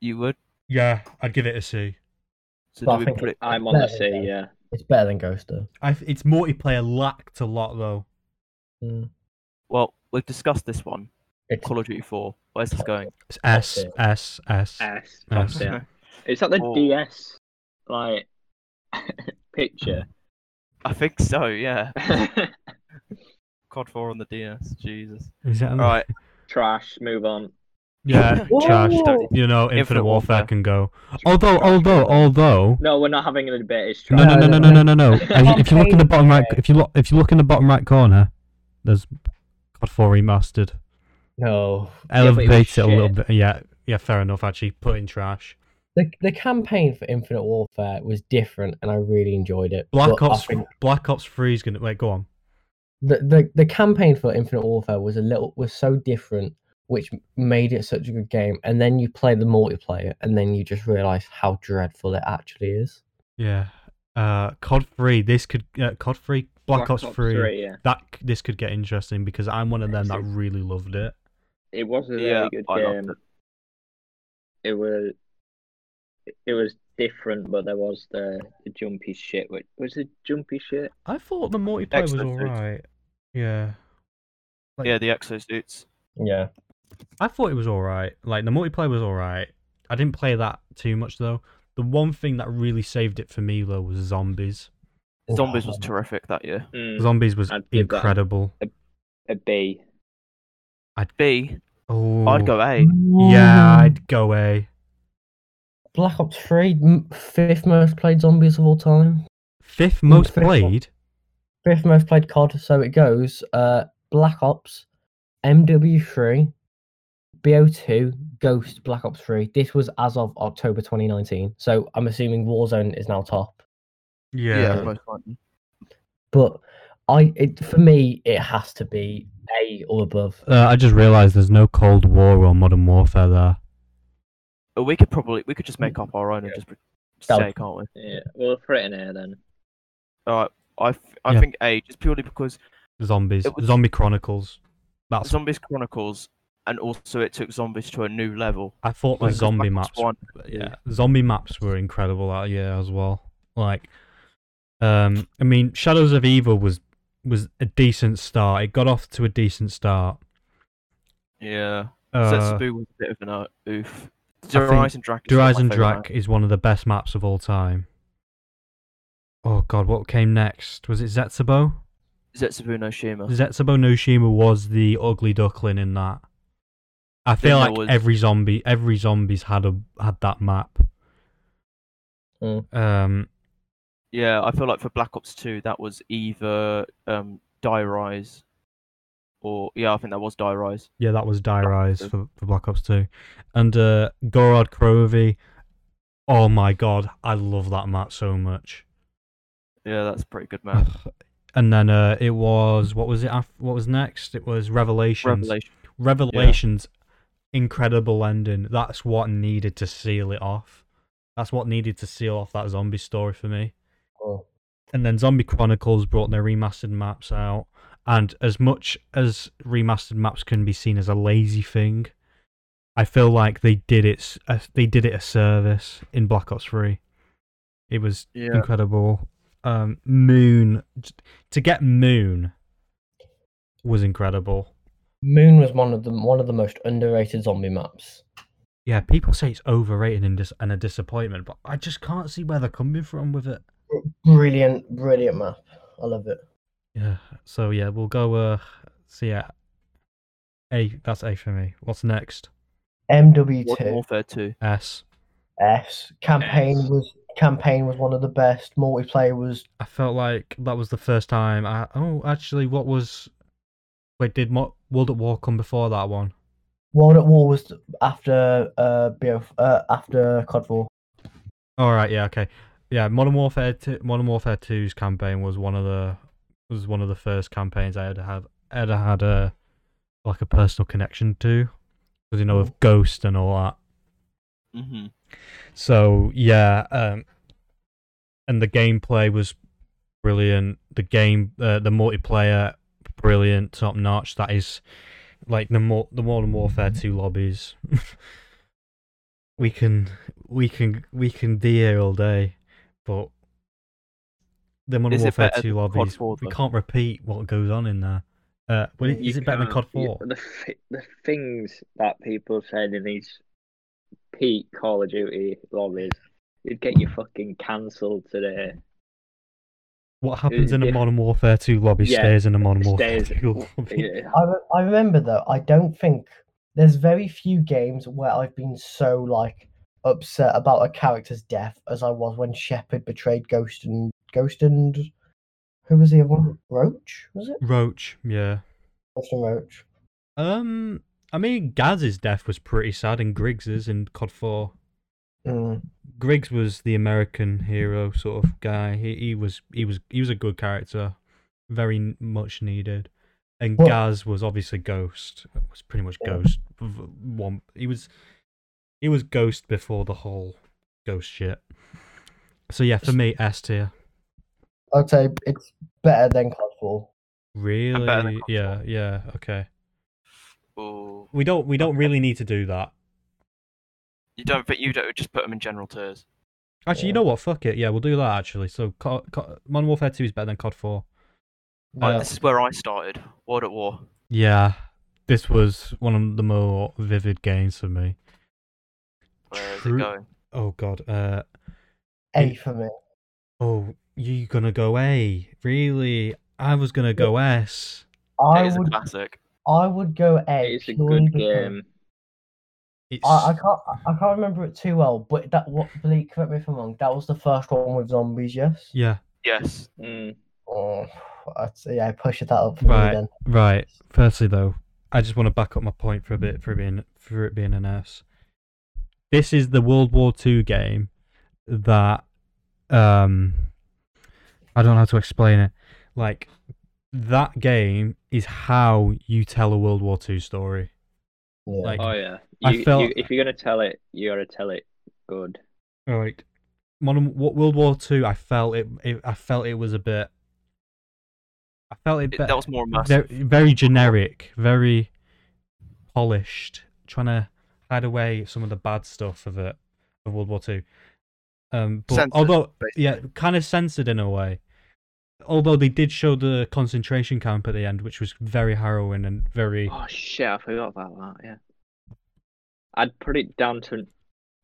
You would?
Yeah, I'd give it a C.
So
But I
do we
think
put it,
I'm on the
Better
sea,
than
yeah.
It's better than Ghost though.
I th- its multiplayer lacked a lot though.
Mm.
well, we've discussed this one.
It's
Call of Duty 4. Where's this going?
It's S
Okay.
S S.
S.
Yes.
That's it. Is that the
Oh.
DS like picture?
I think so, yeah.
Trash.
COD 4 on the DS. Jesus.
Is that
Right.
Move on.
Mm. Yeah, trash.
Whoa.
You know, Infinite,
Infinite
Warfare,
Warfare.
can go. Although, although, although.
No, we're not having a debate. It's
No,
trash.
no, no, no, no, no, no. no. If- if you look in the bottom right,
Okay.
if you look, if you look in the bottom right corner, there's COD 4 remastered.
no.
Yeah, but it was
Elevate it a little
shit.
bit. Yeah, yeah, fair enough. Actually, put in trash.
The the campaign for Infinite Warfare was different, and I really enjoyed it.
Black
but I
Ops,
think
Black Ops Three is gonna wait. Go on.
the, the the campaign for Infinite Warfare was a little was so different, which m- made it such a good game. And then you play the multiplayer, and then you just realize how dreadful it actually is.
Yeah. Uh, COD Three. This could uh, COD Three. Black, Ops, 3,
yeah.
That c- this could get interesting because I'm one of them that really loved it.
It was a really
Yeah,
good
I loved
game.
it.
It was. It was different, but there was the, the jumpy shit. Which was the jumpy shit?
I thought the multiplayer was
Excellent.
alright. Yeah. Like-
Yeah, the exosuits.
Yeah.
I thought it was alright. Like the multiplayer was alright. I didn't play that too much though. The one thing that really saved it for me though was zombies.
Zombies was terrific that year.
Mm,
Zombies was
I'd give that-
incredible.
a B.
B,
Oh,
would go
Mm.
A.
Yeah, I'd go A.
Black Ops Three, m- fifth most played zombies of all time.
Fifth most
Mm, fifth one.
played.
Fifth most played COD. So it goes: uh, Black Ops, MW3, BO2, Ghost, Black Ops 3. This was as of October 2019. So I'm assuming Warzone is now top.
most likely.
But I, it, for me, it has to be A or above.
Uh, I just realised there's no Cold War or Modern Warfare there.
But we could probably, we could just make up our own and just pre-
That
say,
would-
can't we?
Yeah, we'll throw it in here then.
I, f- I
Yeah.
think A, just purely because
Zombies,
It was-
Zombie Chronicles. That's
Zombies Chronicles, and also it took zombies to a new level.
I thought the
Like, 'cause
zombie
Black
maps.
Ops 1
Yeah, zombie maps were incredible that year as well. Like, um, I mean, Shadows of Evil was was a decent start. It got off to a decent start.
Yeah.
Uh,
Setsubu was a bit of an uh, oof.
think
Durais and Drac. is one of
Durais
my
and
favourite
Drac is one of the best maps of all time. Oh God, what came next? Was it Zetsubo?
maps. Zetsubu no Shima.
Zetsubo no Shima was the ugly duckling in that. I feel
Then there
like
was-
every zombie, every zombie's had a had that map.
Mm.
Um,
Yeah, I feel like for Black Ops 2, that was either um, Die Rise or. Yeah, I think that was Die Rise.
yeah, that was Die Rise
Ops
for, for Black Ops Two, and uh, Gorod Krovi. Oh my god, I love that map so much.
Yeah, that's a pretty good map.
Oh, And then uh, it was what was it? af- What was next? It was Revelations.
Revelation.
Revelations incredible ending. That's what needed to seal it off. That's what needed to seal off that zombie story for me.
Oh,
And then Zombie Chronicles brought their remastered maps out. And as much as remastered maps can be seen as a lazy thing, I feel like they did it. s- a- They did it a service in Black Ops Three. It was
Yeah.
incredible. Um, Moon to get Moon was incredible.
Moon was one of the one of the most underrated zombie maps.
Yeah, people say it's overrated and, dis- and a disappointment, but I just can't see where they're coming from with it.
Brilliant, brilliant map. I love it.
Yeah. So yeah, we'll go. Uh, so yeah, A. That's A for me. What's next?
Modern
MW2
Warfare 2.
S.
S campaign
S.
was campaign was one of the best. Multiplayer was
I felt like that was the first time. I oh actually, what was? Wait, did Mo- World at War come before that one?
World at War was th- after uh, BO, uh after COD 4.
All Oh, right. Yeah. Okay. Yeah. Modern Warfare. 2, Modern Warfare 2's campaign was one of the was one of the first campaigns I had have ever had a like a personal connection to, because you know with Ghost and all that.
Mm-hmm.
So yeah, um, and the gameplay was brilliant. The game, uh, the multiplayer, brilliant, top notch. That is like the more the Modern Warfare Two lobbies. we can we can we can be here all day, but the Modern
Is it
Warfare
better
Two
than COD
lobbies
4,
we
though?
can't repeat what goes on in there. Uh, well,
You
is it better than COD
can't- you-
Four?
The, thi- the things that people said in these peak Call of Duty lobbies, you'd get you fucking cancelled today.
What happens in a
yeah.
Modern Warfare Two lobby
Yeah,
stays in a Modern Warfare
Stays.
Two lobby.
Yeah.
I, re- I remember though. I don't think there's very few games where I've been so like upset about a character's death as I was when Shepard betrayed Ghost and Ghost and who was the other one? Roach was it?
Roach, yeah.
Ghost and Roach.
Um, I mean, Gaz's death was pretty sad, and Griggs's in COD Four.
Mm.
Griggs was the American hero sort of guy. He he was he was he was a good character, very n- much needed. And
Well-
Gaz was obviously Ghost. It was pretty much
Yeah.
Ghost. v- One, he was he was Ghost before the whole Ghost shit. So yeah, for me, S tier.
I'd say it's better than COD
Oh,
4.
better than
Really?
COD
Yeah, yeah. Okay.
Oh.
We don't we don't really need to do that.
You don't, but you don't just put them in general tiers.
Actually, you
Yeah.
know what? Fuck it. Yeah, we'll do that. Actually, so Co- Co- Modern Warfare Two is better than COD Four.
Like,
Yeah.
this is where I started. World at War.
Yeah, this was one of the more vivid games for me.
Where is
True.
it going?
Oh God. Uh.
A for me.
Oh, you gonna go A? Really? I was gonna go S.
I
it is
would
a classic.
I would go A.
It's a
purely
good
because-
game.
It's
I, I can't I I can't remember it too well, but that what Bleak, correct me if I'm wrong, that was the first one with zombies, yes?
yeah.
Yes.
Mm.
Oh, I'd say, yeah, push it that up for
Right.
me then.
Right. Firstly, though, I just want to back up my point for a bit for it being for it being an S. This is the World War Two game that um I don't know how to explain it. Like that game is how you tell a World War Two story.
Yeah.
Like
Oh yeah.
I
You,
felt-
you, if you're gonna tell it, you gotta tell it good.
like modern what World War Two, I felt it, it. I felt it was a bit. I felt it.
It,
be-
that was more immersive.
very, very generic, very polished, trying to hide away some of the bad stuff of it of World War Two. Um, but
Censored,
although
basically.
yeah, kind of censored in a way. Although they did show the concentration camp at the end, which was very harrowing and very
Oh shit, I forgot about that. Yeah. I'd put it down to an,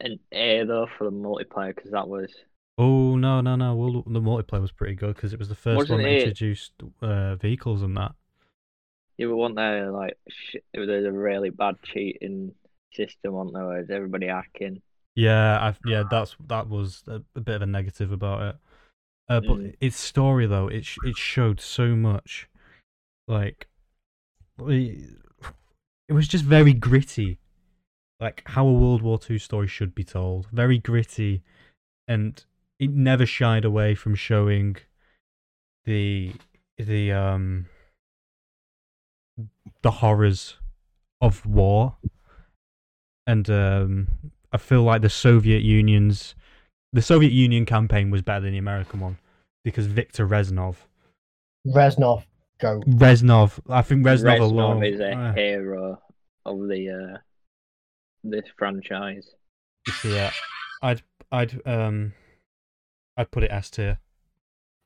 an A though for the multiplayer because that was
oh no no no, World, the multiplayer was pretty good because it was the 1st
Wasn't
one that
it-
introduced uh, vehicles and that.
you were one there like sh there's a really bad cheating system on there. where Everybody hacking.
Yeah, I've, yeah, that's that was a, a bit of a negative about it. Uh, but
Mm.
its story though, it sh- it showed so much, like, it, it was just very gritty, like how a World War Two story should be told. Very gritty, and it never shied away from showing the the um the horrors of war and um, I feel like the Soviet Union's the Soviet Union campaign was better than the American one because Victor Reznov,
Reznov, go.
Reznov, I think Reznov,
Reznov
alone
is a
Ah,
hero of the uh, this franchise.
so yeah, I'd I'd um I'd put it S tier,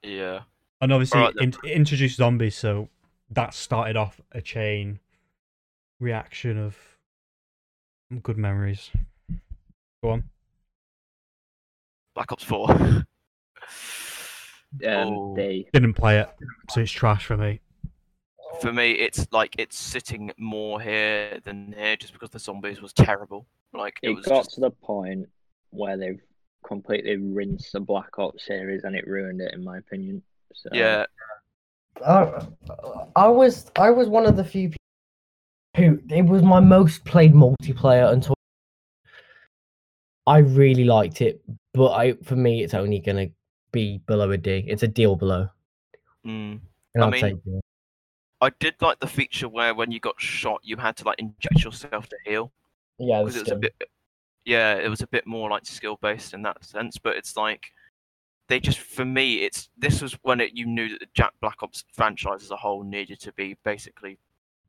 Yeah.
and obviously
Alright
it in, it introduced zombies, so that started off a chain reaction of good memories. Go on.
Black Ops 4.
Um,
Oh.
D.
Didn't play it, so it's trash for me.
For me, it's like it's sitting more here than here just because the zombies was terrible. Like it,
It
was
got
just,
to the point where they've completely rinsed the Black Ops series and it ruined it, in my opinion. So,
yeah,
I, I was I was one of the few people who it was my most played multiplayer until I really liked it, but I for me it's only gonna be below a D. It's a deal below.
mm.
And
I
I'd
mean-
say deal.
I did like the feature where when you got shot, you had to like inject yourself to heal
yeah,
because it was a bit, yeah, it was a bit more like skill based in that sense. But it's like they just for me, it's this was when it, you knew that the Jack Black Ops franchise as a whole needed to be basically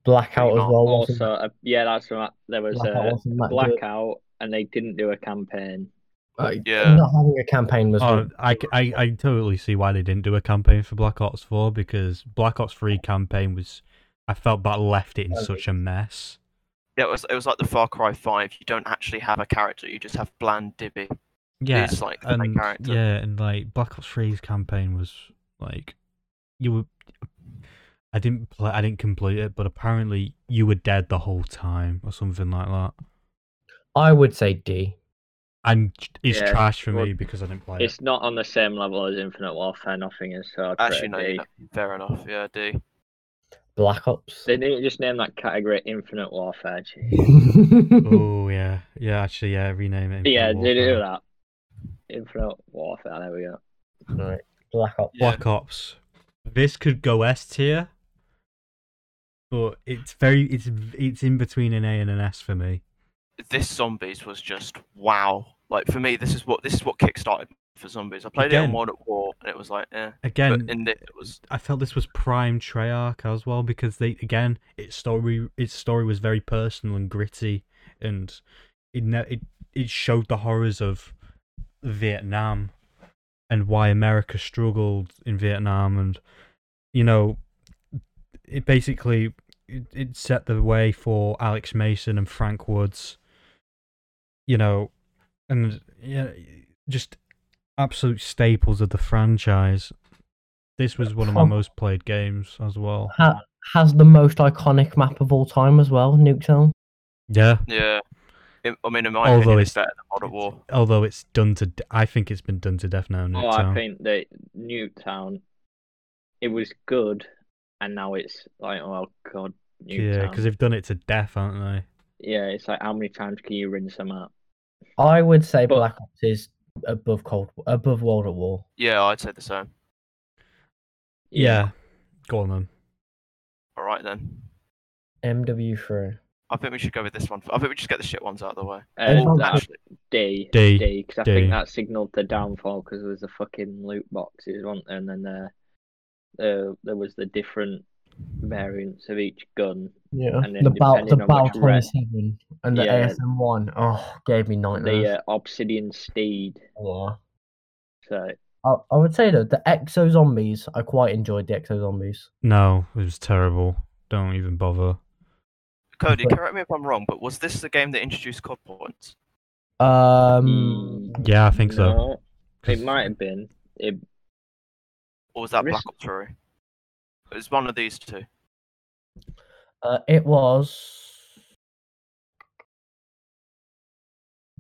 blackout as
pretty
well. wasn't
Also, uh, yeah, that's right. There was
Blackout
a
wasn't that good.
blackout, and they didn't do a campaign.
Like,
Yeah.
Not having a campaign was
Oh,
good.
I, c- I- I totally see why they didn't do a campaign for Black Ops 4 because Black Ops 3 campaign was, I felt that left it in such a mess.
yeah, it was it was like the Far Cry Five. You don't actually have a character, you just have bland Dibby.
Yeah,
it's like the main
and
character.
yeah, and like Black Ops 3's campaign was like, you were, I didn't play, I didn't complete it, but apparently you were dead the whole time or something like that.
I would say D.
And it's
Yeah,
trash for
well,
me because I didn't play it.
It's not on the same level as Infinite Warfare. Nothing is so. I'd
Actually, no,
put it
you
D.
fair enough. Yeah, D.
Black Ops.
They need to just name that category Infinite Warfare. Jeez.
Oh yeah, yeah. Actually, yeah. Rename it.
yeah,
Infinite
they do
Warfare.
that. Infinite Warfare. There we go.
Right, Black Ops.
Yeah.
Black Ops. This could go S tier, but it's very it's it's in between an A and an S for me.
This zombies was just wow. Like for me, this is what this is what kickstarted for zombies. I played it
Again.
in World at War, and it was like, eh.
Again,
but in it, it was
I felt this was prime Treyarch as well because they again its story its story was very personal and gritty and it ne- it it showed the horrors of Vietnam and why America struggled in Vietnam and you know it basically it, it set the way for Alex Mason and Frank Woods you know and yeah just absolute staples of the franchise this was one of my
Prob-
most played games as well
Ha- has the most iconic map of all time as well, Nuketown.
yeah
Yeah. In- I mean, in my
Although
opinion, it's,
it's-
better than Modern War.
although it's done to d- I think it's been done to death now
Oh, I
Nuketown.
think that Newtown, it was good, and now it's like, oh god,
yeah because
Newtown.
they've done it to death haven't they
Yeah, it's like how many times can you rinse them out?
I would say
But-
Black Ops is above Cold above World at War.
Yeah, I'd say the same.
Yeah. Go on then.
All right then.
MW3.
I think we should go with this one. I think we just get the shit ones out of the way.
Uh,
Oh,
that-
Actually,
D
D,
D because I
D.
think that signaled the downfall because there was the fucking loot boxes, wasn't there? And then there, there, there was the different variants of each gun.
Yeah.
And then
The Bow the
depending on
Bow
which red-
27 and the
Yeah.
ASM one. Oh, gave me nightmares.
The uh, Obsidian Steed.
Yeah.
So
I, I would say though the Exo Zombies. I quite enjoyed the Exo Zombies.
No, it was terrible. Don't even bother.
Cody,
but-
correct me if I'm wrong, but was this the game that introduced COD points?
Um.
Hmm.
Yeah, I think so.
no, It might have been. It,
Or was that
This-
Black Ops 3? It was one of these two.
Uh, it was.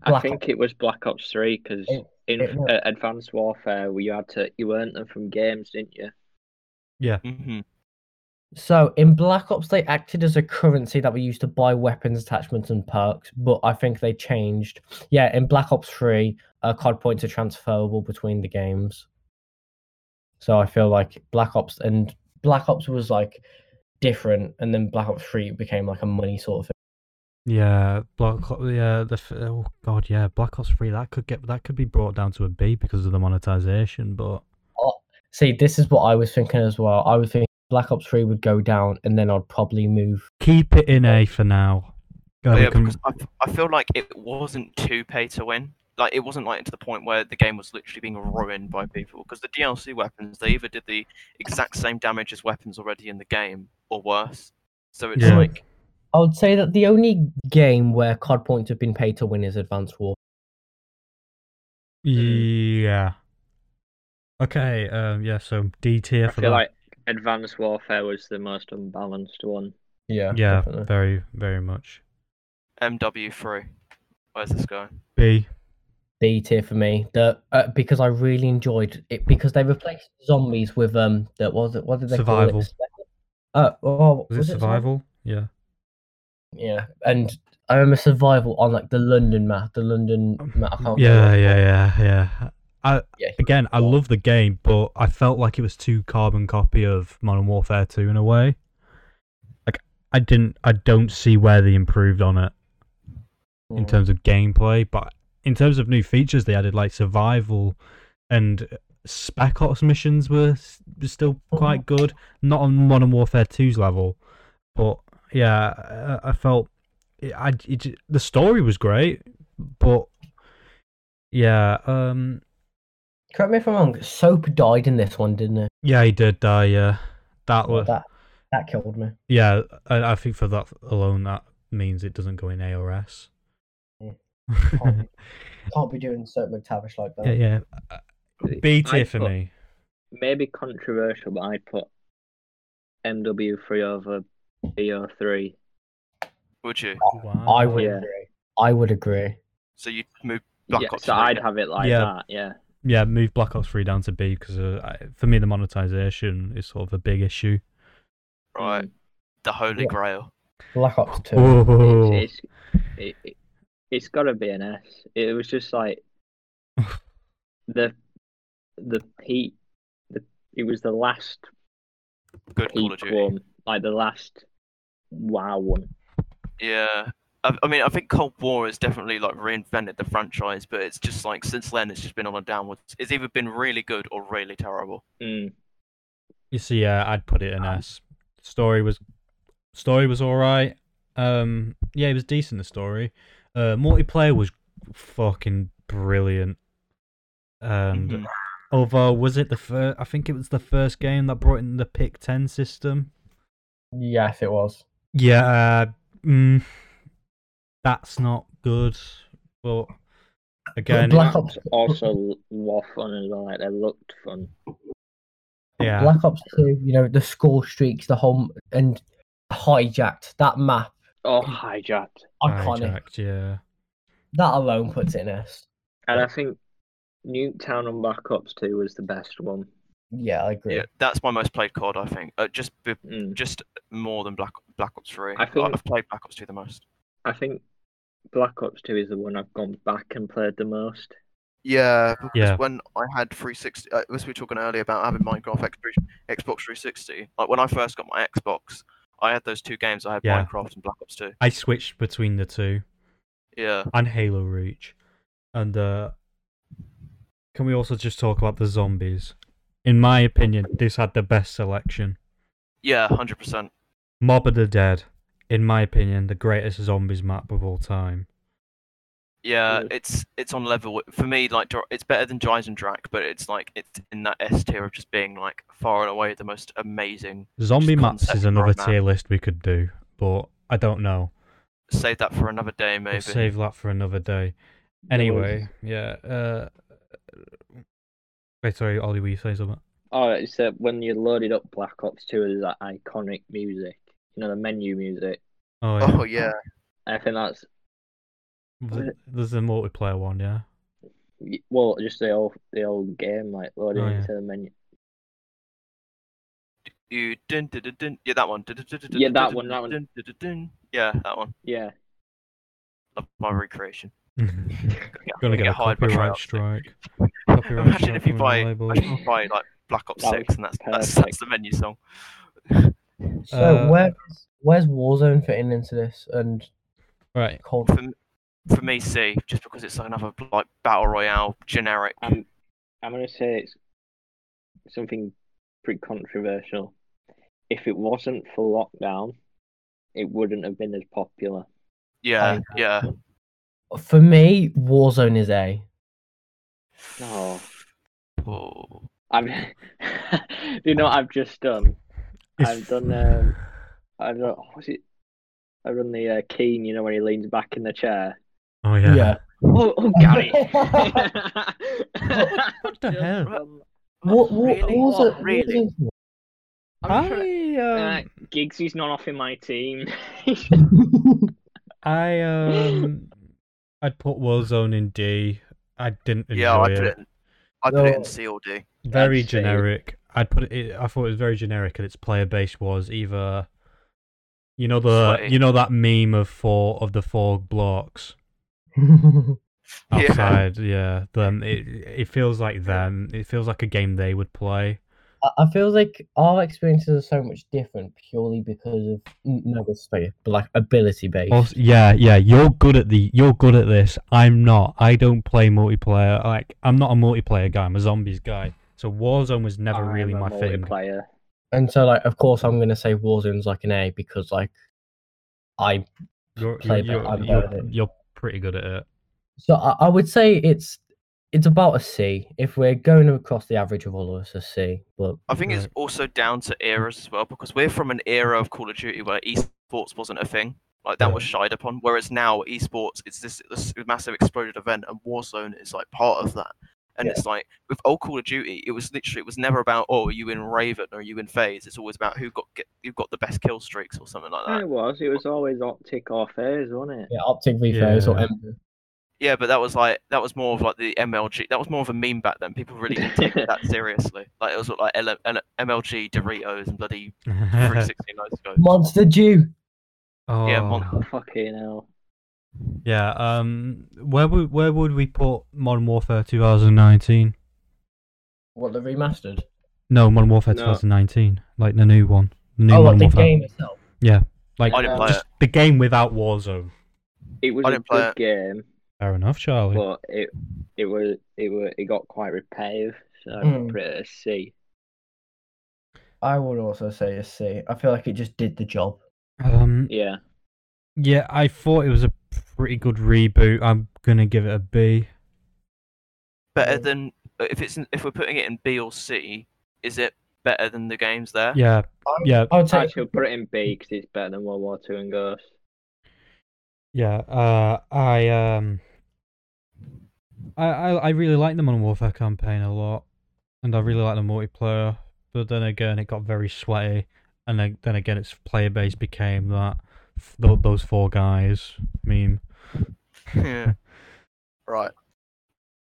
I
Black
think it was Black Ops Three because
It-
in
it was.
uh, Advanced Warfare, where you had to you earned them from games, didn't you?
Mm-hmm.
So in Black Ops, they acted as a currency that we used to buy weapons, attachments, and perks. But I think they changed. Yeah, in Black Ops Three, uh, COD points are transferable between the games. So I feel like Black Ops and Black Ops was like different, and then Black Ops Three became like a money sort of
Yeah, Black Ops. Yeah, the f- oh god, yeah, Black Ops Three. That could get that could be brought down to a B because of the monetization. But
See, this is what I was thinking as well. I was thinking Black Ops 3 would go down and then I'd probably move.
keep it in A for now. Go
But
we
yeah,
can-
because I, I feel like it wasn't too pay to win. Like it wasn't like to the point where the game was literally being ruined by people. Because the DLC weapons, they either did the exact same damage as weapons already in the game or worse. So it's
Yeah.
like
I would say that the only game where COD points have been paid to win is Advanced War.
yeah. Okay. Um. Yeah. So D tier
I
for
feel
that.
like Advanced Warfare was the most unbalanced one.
Yeah.
yeah. Very. Very much.
MW3. Where's this guy?
B.
B tier for me. The uh, because I really enjoyed it because they replaced zombies with um that was it what did they
Survival.
call it? Uh, oh,
Was,
was
it
sur-
survival? Yeah.
Yeah, and I remember survival on like the London map, the London map. I can't remember
Yeah.
what it's called.
Yeah. Yeah. Yeah.
yeah.
Again, I love the game, but I felt like it was too carbon copy of Modern Warfare 2 in a way. Like I didn't. I don't see where they improved on it. in
Mm.
terms of gameplay, but in terms of new features, they added like survival and Spec Ops missions were s- were still quite good. Not on Modern Warfare 2's level, but yeah, I, I felt it, I it, j- the story was great, but yeah, um,
Mm. Correct me if I'm wrong. Soap died in this one, didn't it?
yeah, he did die. Yeah, that was
That that killed me.
yeah. I, I think for that alone, that means it doesn't go in A or S.
Yeah. Can't be doing Soap McTavish like that.
yeah, yeah. B tier
I'd
for
put-
me.
Maybe controversial, but I'd put MW3 over BO3.
Would you?
I
Oh,
would
Yeah.
agree. I would agree.
So you move Black
yeah,
Ops
so
3
I'd
then?
have it like
Yeah.
that. Yeah.
yeah, move Black Ops 3 down to B because uh, I- for me, the monetization is sort of a big issue.
Mm-hmm.
right. The Holy
Yeah.
Grail.
Black Ops Two.
Oh,
It's, it's, it, it, it's got to be an S. It was just like the the peak. The it was the last
Good Call of
peak
Duty.
one, like the last wow one.
Yeah. I, I mean, I think Cold War has definitely like reinvented the franchise, but it's just like since then it's just been on a downward. It's either been really good or really terrible.
Mm.
you see, yeah, I'd put it in
Um,
S. Story was story was all right. Um, yeah, it was decent. The story, uh, multiplayer was fucking brilliant. And uh,
Mhm.
although was it the first? I think it was the first game that brought in the pick ten system.
Yes, it was.
Yeah, mm, that's not good. But again,
Black
it-
Ops.
Also, were fun as well. Like they looked fun.
yeah,
Black Ops Two. You know the score streaks, the whole and hijacked that map.
Oh,
Mm.
hijacked.
Iconic.
Hijacked, yeah.
That alone puts it in S.
And I think Nuketown and Black Ops Two was the best one.
Yeah, I agree.
Yeah, that's my most played COD, I think. Uh, just be-
Mm.
just more than Black Black Ops Three.
I think-
I've played Black Ops Two the most.
I think Black Ops Two is the one I've gone back and played the most.
Yeah, because
Yeah.
when I had 360, uh, as we were talking earlier about having Minecraft Xbox Xbox 360, like when I first got my Xbox, I had those two games. I had
Yeah.
Minecraft and Black Ops 2.
I switched between the two
Yeah.
and Halo Reach. And uh, can we also just talk about the zombies? In my opinion, this had the best selection.
Yeah, 100%.
Mob of the Dead, in my opinion, the greatest zombies map of all time.
Yeah,
Yeah.
it's it's on level with, for me. Like Dra- it's better than Dries and Drac, but it's like it's in that S tier of just being like far and away the most amazing.
Zombie
Just
maps
concept
is another
roadmap.
tier list we could do, but I don't know.
Save that for another day, maybe.
We'll save that for another day. Anyway, yeah. Uh, wait, sorry, Ollie, were you saying something?
Oh, it's that when you loaded up Black Ops 2 with that iconic music, you know, the menu music.
Oh, yeah.
Oh yeah,
I think that's,
Th- There's a multiplayer one, yeah.
well, just the old, the old game, like loading
Oh, yeah.
into the menu.
you dun, dun, dun, dun. yeah that one. Dun, dun, dun, dun,
Yeah,
dun,
that
dun,
one, that one.
dun, dun, dun, dun. Yeah, that one.
Yeah.
Love my recreation.
Gonna
Yeah,
get a
hide my
copyright
trail.
strike. Copyright
Imagine
strike
if you
from
buy,
Label.
imagine if you buy like Black Ops
That would
Six, and that's that's,
perfect.
that's the menu song.
So
Uh,
where where's Warzone fitting into this? And
Oh, Right.
Cold.
For, m- for me, C, just because it's like another like battle royale generic.
I'm I'm gonna say it's something pretty controversial. If it wasn't for lockdown, it wouldn't have been as popular.
Yeah,
I-
yeah.
For me, Warzone is A.
No.
Oh.
I'm you know what I've just um, done? I've done um I don't know what's it I run the uh, Keen, you know when he leans back in the chair.
Oh yeah.
Oh, oh Gary.
What the
Just
hell?
done-
What, what,
Really?
Warzone,
What? Really?
Warzone's
I'm trying
I
to- Uh,
um,
Giggs, he's not off in my team.
I um I'd put Warzone in D. I didn't enjoy
Yeah, I
it.
put it. In, I put it
No.
in C or D.
very
I'd say-
generic. I'd put it, it. I thought it was very generic, and its player base was either, you know the
Sweaty.
you know that meme of four of the four blocks
Yeah.
outside. Yeah, them. It it feels like them. It feels like a game they would play.
I- I feel like our experiences are so much different purely because of n- no space, but like ability based.
Also, yeah, yeah. You're good at the. You're good at this. I'm not. I don't play multiplayer. Like I'm not a multiplayer guy. I'm a zombies guy. So Warzone was never really
I'm
my
a
thing.
multiplayer.
And so, like, of course, I'm gonna say Warzone's like an A because, like, I
You're
Play, but
you're,
I'm
you're,
bad at it.
you're pretty good at it.
so I, I would say it's it's about a C if we're going across the average of all of us a C. But
I think it's
Right.
also down to eras as well because we're from an era of Call of Duty where esports wasn't a thing. Like that
Yeah.
was shied upon. Whereas now esports it's this, this massive exploded event and Warzone is like part of that. And it's like with old Call of Duty, it was literally it was never about oh are you in Raven or are you in Phase. It's always about who got get, who got the best kill streaks or something like that.
it was. It was always optic or phase, wasn't it?
yeah, Optic Reface or
Yeah.
Ember.
Yeah, but that was like that was more of like the MLG. That was more of a meme back then. People really didn't take it that seriously. Like it was like L- L- MLG, Doritos, and bloody 360 lights
Monster Dew.
oh.
mon-
Fucking hell.
Yeah. Um. Where would where would we put Modern Warfare 2019?
What the remastered?
No, Modern Warfare
No.
2019, like the new one, the new
oh, what
Modern
the
Warfare.
game itself?
Like
I didn't play
just
it.
the game without Warzone.
It was
I
a
didn't play
good game,
Fair enough, Charlie.
but it it was it were it got quite repetitive, so
Mm.
I'm pretty C.
I would also say a C. I feel like it just did the job.
um.
Yeah.
Yeah, I thought it was a pretty good reboot. I'm gonna give it a B.
better than if it's in- if we're putting it in B or C, is it better than the games there?
Yeah. Yeah.
I would say
Actually, I'll put it in B because it's better than World War Two and Ghost.
Yeah. Uh. I um. I I, I really like the Modern Warfare campaign a lot, and I really like the multiplayer. But then again, it got very sweaty, and then, then again, its player base became that th- those four guys meme.
Yeah. right.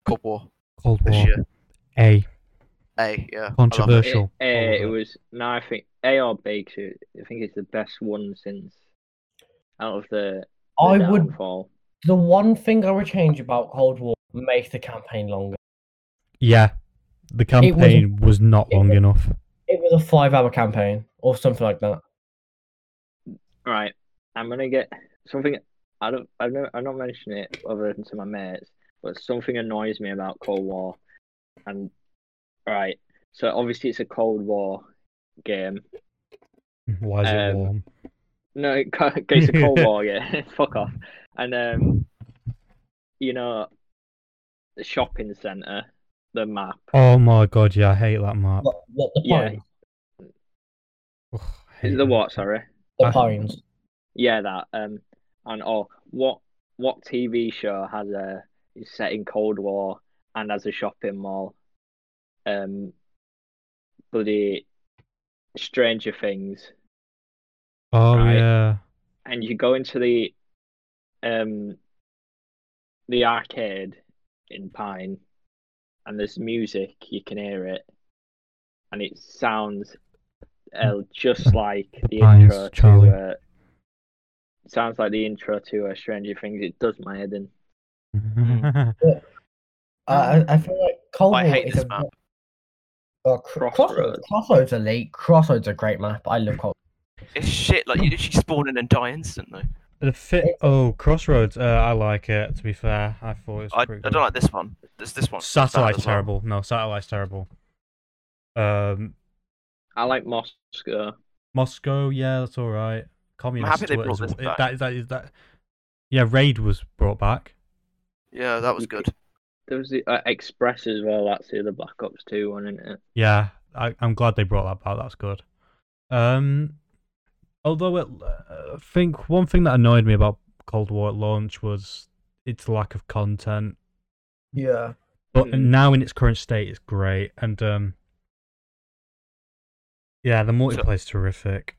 Cold War
Cold
this
War.
year.
A.
A, yeah. I love it.
It,
Controversial.
eh,
All
it
of it.
was no, I think A or B. 'cause it- I think it's the best one since out of the. the
I would.
Downfall.
The one thing I would change about Cold War make the campaign longer.
Yeah. The
wasn't-
campaign was not
it
long
was-
enough.
It was a five-hour campaign or something like that.
Right, I'm gonna get something. I don't. I don't. I'm not mentioning it other than to my mates, but something annoys me about Cold War. And right, so obviously it's a Cold War game.
Why is it
Um,
warm?
No, it ca- it's a Cold War game. Fuck off. And um, you know, the shopping center, the map.
Oh my god, yeah, I hate that map.
What, what the
Yeah.
pines?
Ugh, I hate
The
that.
what? Sorry.
I-
The pines.
Yeah, that. Um, and oh, what what TV show has a is set in Cold War and has a shopping mall? Um, bloody Stranger Things,
Oh
Right.
yeah.
and you go into the um the arcade in Pine, and there's music you can hear it, and it sounds uh, just like the
Pines,
intro to
Charlie.
uh, sounds like the intro to uh, Stranger Things. It does my head in. Mm.
I, I- I feel like Cold
Um, I
War
hate
is
this
a
map.
Oh, cr-
Crossroads.
Crossroads. Crossroads are late. Crossroads are a great map. I love Cold.
It's shit, like you literally spawn in and die instantly.
The fit. Oh, Crossroads. Uh, I like it. To be fair, I thought it was
I, I
pretty
don't
good.
like this one. This this one.
Satellite's terrible. No, satellite's terrible. Um,
I like Moscow.
Moscow. Yeah, that's all right. Communist.
happy they
was-
brought this
it-
back.
That is that is that. Yeah, raid was brought back.
Yeah, that was good.
There was the uh, Express as well. That's the other Black Ops 2 one, isn't it?
Yeah, I, I'm glad they brought that back. That's good. Um, although it, uh, I think one thing that annoyed me about Cold War at launch was its lack of content.
Yeah.
But
Mhm.
now in its current state, it's great, and um, yeah, the multiplayer's terrific.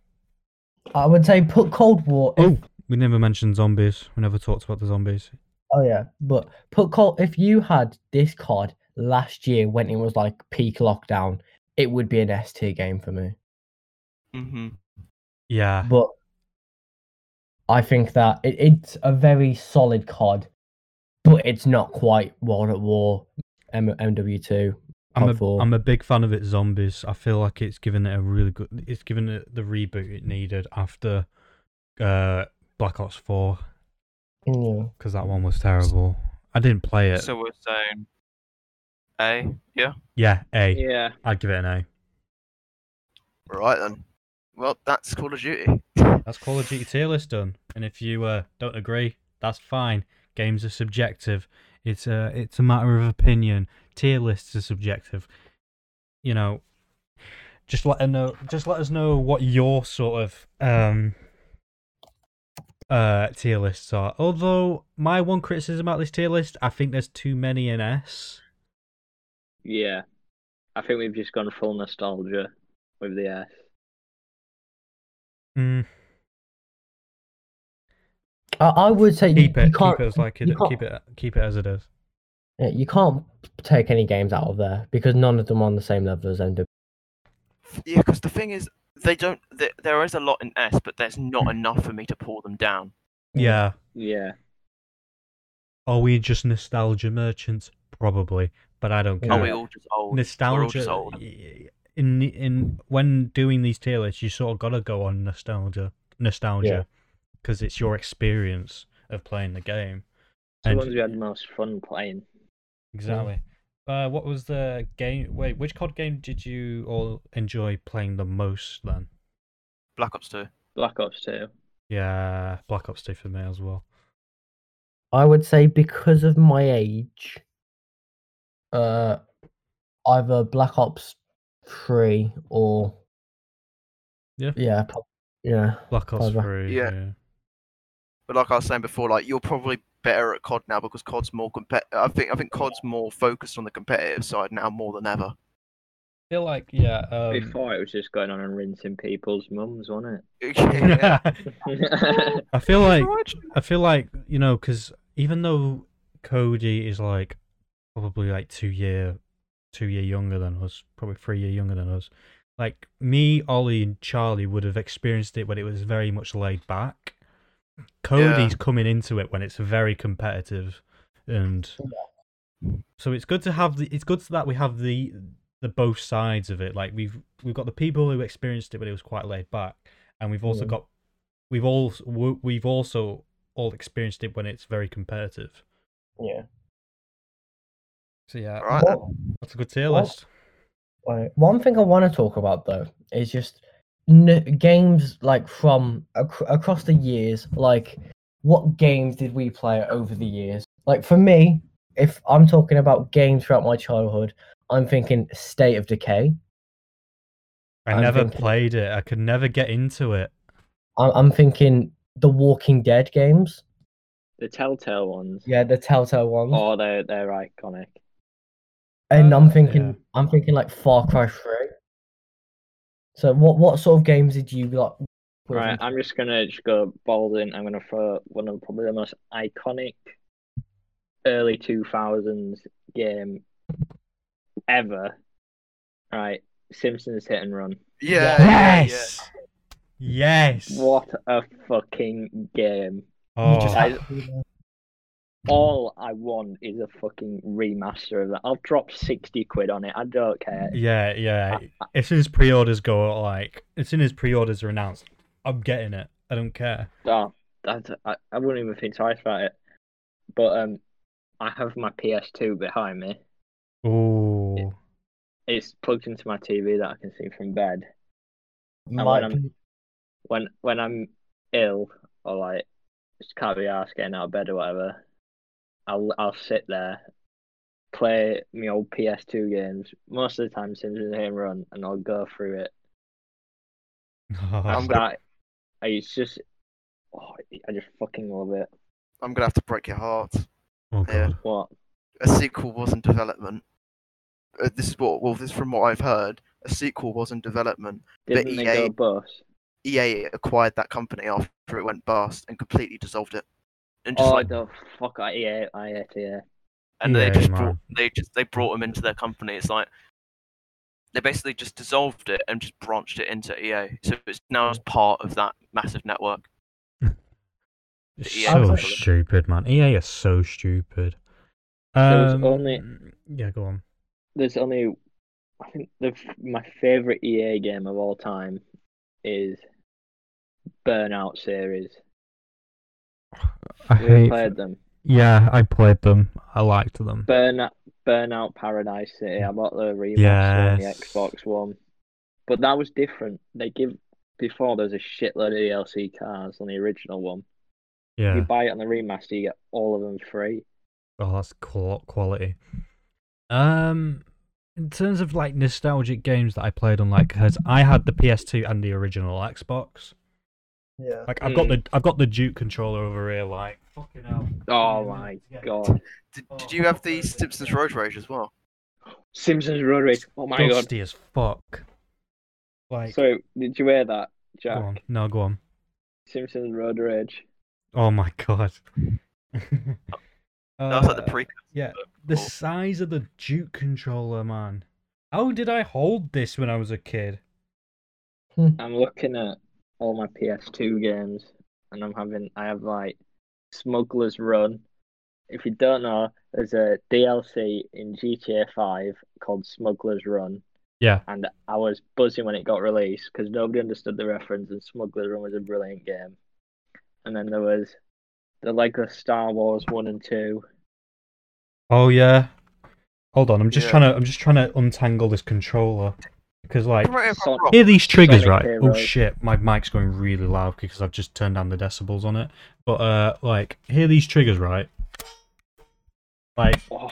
I would say put Cold War. If,
Oh, we never mentioned zombies. We never talked about the zombies.
oh yeah, but put Cold. If you had this card last year when it was like peak lockdown, it would be an S tier game for me.
Mm-hmm. Ah.
Yeah,
But I think that it, it's a very solid cod, but it's not quite World at War, M- MW2.
I'm
Cod
a,
4.
I'm a big fan of its zombies. I feel like it's given it a really good. It's given it the reboot it needed after uh, Black Ops Four.
Yeah.
because that one was terrible. I didn't play it.
So we're saying A. Yeah.
yeah, A.
Yeah.
would give it an A.
Right then. Well, that's Call of Duty.
That's Call of Duty tier list done. And if you uh, don't agree, that's fine. Games are subjective. It's a it's a matter of opinion. Tier lists are subjective. You know, just let us know. Just let us know what your sort of um uh tier lists are. Although my one criticism about this tier list, I think there's too many in S.
Yeah. I think we've just gone full nostalgia with the S.
Mm,
I, I would say
keep
you,
it.
you
Keep
can't
it as like it,
you can't-
keep it keep it as it is.
yeah, you can't take any games out of there because none of them are on the same level as MW.
Yeah, because the thing is, they don't. Th- there is a lot in S, but there's not
Hmm.
enough for me to pull them down.
Yeah.
Yeah.
Are we just nostalgia merchants? Probably, but I don't care.
Yeah.
Are we all just old? We're all
nostalgia
just old.
y- in in when doing these tier lists, you sort of gotta go on nostalgia, nostalgia, because it's your experience of playing the game.
It's the
And-
ones we had most fun playing.
Exactly.
Mm.
Uh, what was the game? Wait, which COD game did you all enjoy playing the most then?
Black Ops Two.
Black Ops 2.
Yeah, Black Ops 2 for me as well.
I would say because of my age, uh, either Black Ops 3 or
Yeah.
yeah, prob- yeah.
Black Ops
Black-
3.
Yeah. But like I was saying before, like you're probably better at COD now because COD's more compet. I think I think COD's more focused on the competitive side now more than ever.
I feel like, yeah. Um,
Before it was just going on and rinsing people's mums, wasn't
yeah.
it?
I feel like I feel like you know because even though Cody is like probably like two year, two year younger than us, probably three year younger than us, like me, Ollie, and Charlie would have experienced it when it was very much laid back. Cody's coming into it when it's very competitive, and so it's good to have the. It's good that we have the the both sides of it. Like we've we've got the people who experienced it when it was quite laid back, and we've also
Yeah.
got we've all we've also all experienced it when it's very competitive.
Yeah.
So yeah,
Right.
What-
that's a good tier
Well,
list.
Right. One thing I want to talk about though is just n- games like from ac- across the years. Like, what games did we play over the years? Like for me, if I'm talking about games throughout my childhood, I'm thinking State of Decay.
I
I'm
never
thinking-
played it. I could never get into it.
I- I'm thinking the Walking Dead games.
the Telltale ones.
Yeah, the Telltale ones.
Oh, they're, they're iconic.
and
uh,
I'm thinking,
yeah.
I'm thinking like Far Cry Three. So what what sort of games did you like? put
Right,
into-
I'm just gonna just go bold in. I'm gonna throw one of probably the most iconic early 2000s game ever. Right, Simpsons Hit and Run.
Yeah, yeah, yeah.
yes.
What a fucking game!
Oh,
You just
I-
have to be there.
All I want is a fucking remaster of that. I'll drop 60 quid on it. I don't care.
yeah, yeah. As soon as pre-orders go, like as soon as pre-orders are announced, I'm getting it. I don't care.
Oh, That's, I, I wouldn't even think twice about it. But um, I have my PS2 behind me.
Oh,
It's plugged into my TV that I can see from bed. And
Might
when
be-
When when I'm ill or like just can't be asked getting out of bed or whatever, I'll I'll sit there, play me old PS2 games. Most of the time, Simpsons Hit and Run, and I'll go through it. I
I'm
Oh,
start.
gonna-
I, it's just, oh, I just fucking love it.
I'm gonna have to break your heart.
oh god.
yeah.
What?
a sequel was in development. Uh, this is what well, this is from what I've heard. A sequel was in development. The
Didn't they go
EA
bust?
EA E acquired that company after it went bust and completely dissolved it. And just
Oh,
like,
the fuck! I EA, I hate E EA.
and they
EA,
just
man.
brought, they just they brought them into their company. It's like they basically just dissolved it and just branched it into EA. So it's now as part of that massive network.
It's
EA
so
was like-
stupid, man. EA is so stupid.
was
Um,
only-
yeah, go on.
there's only I think the my favorite EA game of all time is Burnout series.
I
Have you ever
hate.
played them?
Yeah, I played them. I liked them.
Burnout Burnout Paradise City. I bought the remaster on the
Yes.
Xbox One, but that was different. They give before there was a shitload of DLC cars on the original one. You
yeah.
buy it on the remaster, you get all of them free.
Oh, that's qual- quality. Um, in terms of like nostalgic games that I played on, like, 'cause I had the PS2 and the original Xbox.
yeah.
Like, I've got
Hmm.
the I've got the Duke controller over here. Like, fucking hell.
Oh my god!
Did, did you have the Simpsons Road Rage as well?
Simpsons Road Race. Oh my god!
Dusty as fuck. Like,
So did you hear that,
go
Jack?
on. No, go on.
Simpsons Road Rage.
Oh my god.
That was like the
Uh,
pre.
yeah, The size of the Duke controller, man. How did I hold this when I was a kid?
I'm looking at all my PS2 games, and I'm having I have like Smuggler's Run. If you don't know, there's a DLC in GTA 5 called Smuggler's Run,
Yeah.
and I was buzzing when it got released because nobody understood the reference, and Smuggler's Run was a brilliant game. And then there was the Lego Star Wars one and two.
Oh yeah. Hold on, I'm just
Yeah.
trying to I'm just trying to untangle this controller because like
Correct me if I'm
Sonic-
wrong,
hear these triggers
Sonic
right. Oh
Heroes.
shit, my mic's going really loud because I've just turned down the decibels on it. But uh like hear these triggers right. Like
Oh,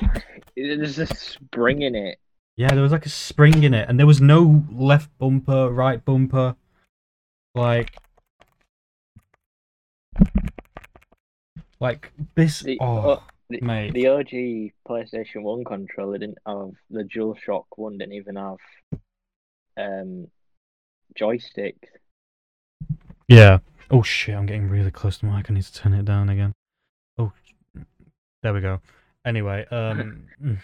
there's a spring in it.
yeah, there was like a spring in it and there was no left bumper, right bumper. Like like this
The-
oh,
oh, The,
mate.
the OG PlayStation One controller didn't have the DualShock one. Didn't even have um joystick.
Yeah. Oh shit, I'm getting really close to the mic. I need to turn it down again. Oh, there we go. Anyway, um, mm,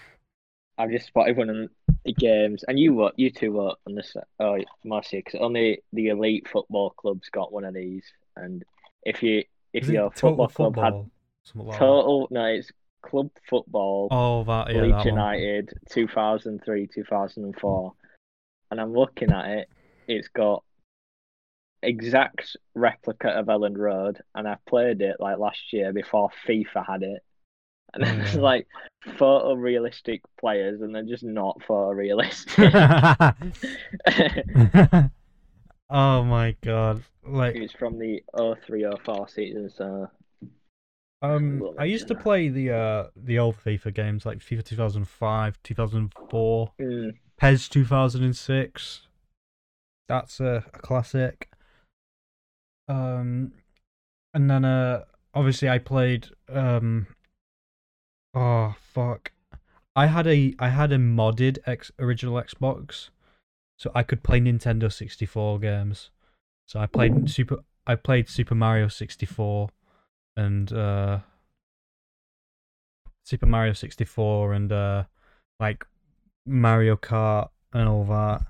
I've just spotted one of the games, and you what? You two were on this. Oh, Marcia, because only the elite football clubs got one of these. And if you if
is it
your
total
football club had
Something like that.
total no, it's club football.
Oh, that yeah,
Leeds
that one.
United, 2003, 2004. And I'm looking at it, it's got exact replica of Ellen Road, and I played it like last year before FIFA had it. And
Oh,
it's
yeah.
like photorealistic players, and they're just not photorealistic.
oh my god! Like,
it's from the 0304 season, so
um,
Well,
I used to
yeah.
play the uh the old FIFA games like FIFA 2005, 2004,
mm,
PES 2006. That's a, a classic. Um, and then uh, obviously I played um. Oh fuck! I had a I had a modded ex- original Xbox, so I could play Nintendo sixty four games. So I played Super I played Super Mario sixty four, and uh. Super Mario sixty four and uh, like Mario Kart and all that.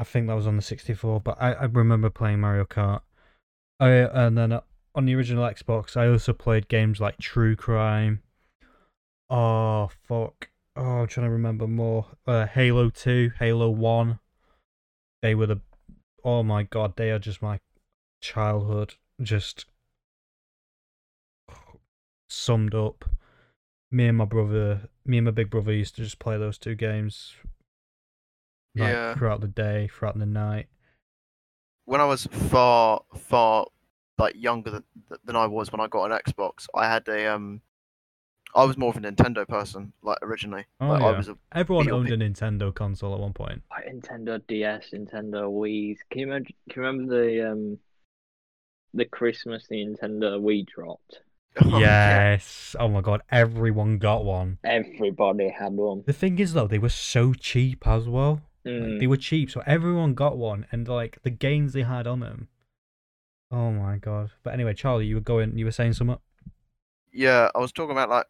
I think that was on the 64, but I, I remember playing Mario Kart. I, and then uh, on the original Xbox, I also played games like True Crime. Oh, fuck. Oh, I'm trying to remember more. Uh, Halo 2, Halo 1. They were the. Oh my god, they are just my childhood. Just summed up, me and my brother, me and my big brother used to just play those two games like,
Yeah.
throughout the day, throughout the night.
when I was far, far like younger than than I was when I got an Xbox, I had a um, I was more of a Nintendo person, like originally.
Oh,
like,
yeah.
I was a,
Everyone
Beetle
owned a
Pig.
Nintendo console at one point.
Like Nintendo DS, Nintendo Wii's. Can you, imagine, can you remember the um the Christmas the Nintendo Wii dropped?
yes. Oh my god, everyone got one.
Everybody had one.
The thing is though, they were so cheap as well. Like,
Mm.
they were cheap, so everyone got one, and like the games they had on them. Oh my god! But anyway, Charlie, you were going, you were saying something.
yeah, I was talking about like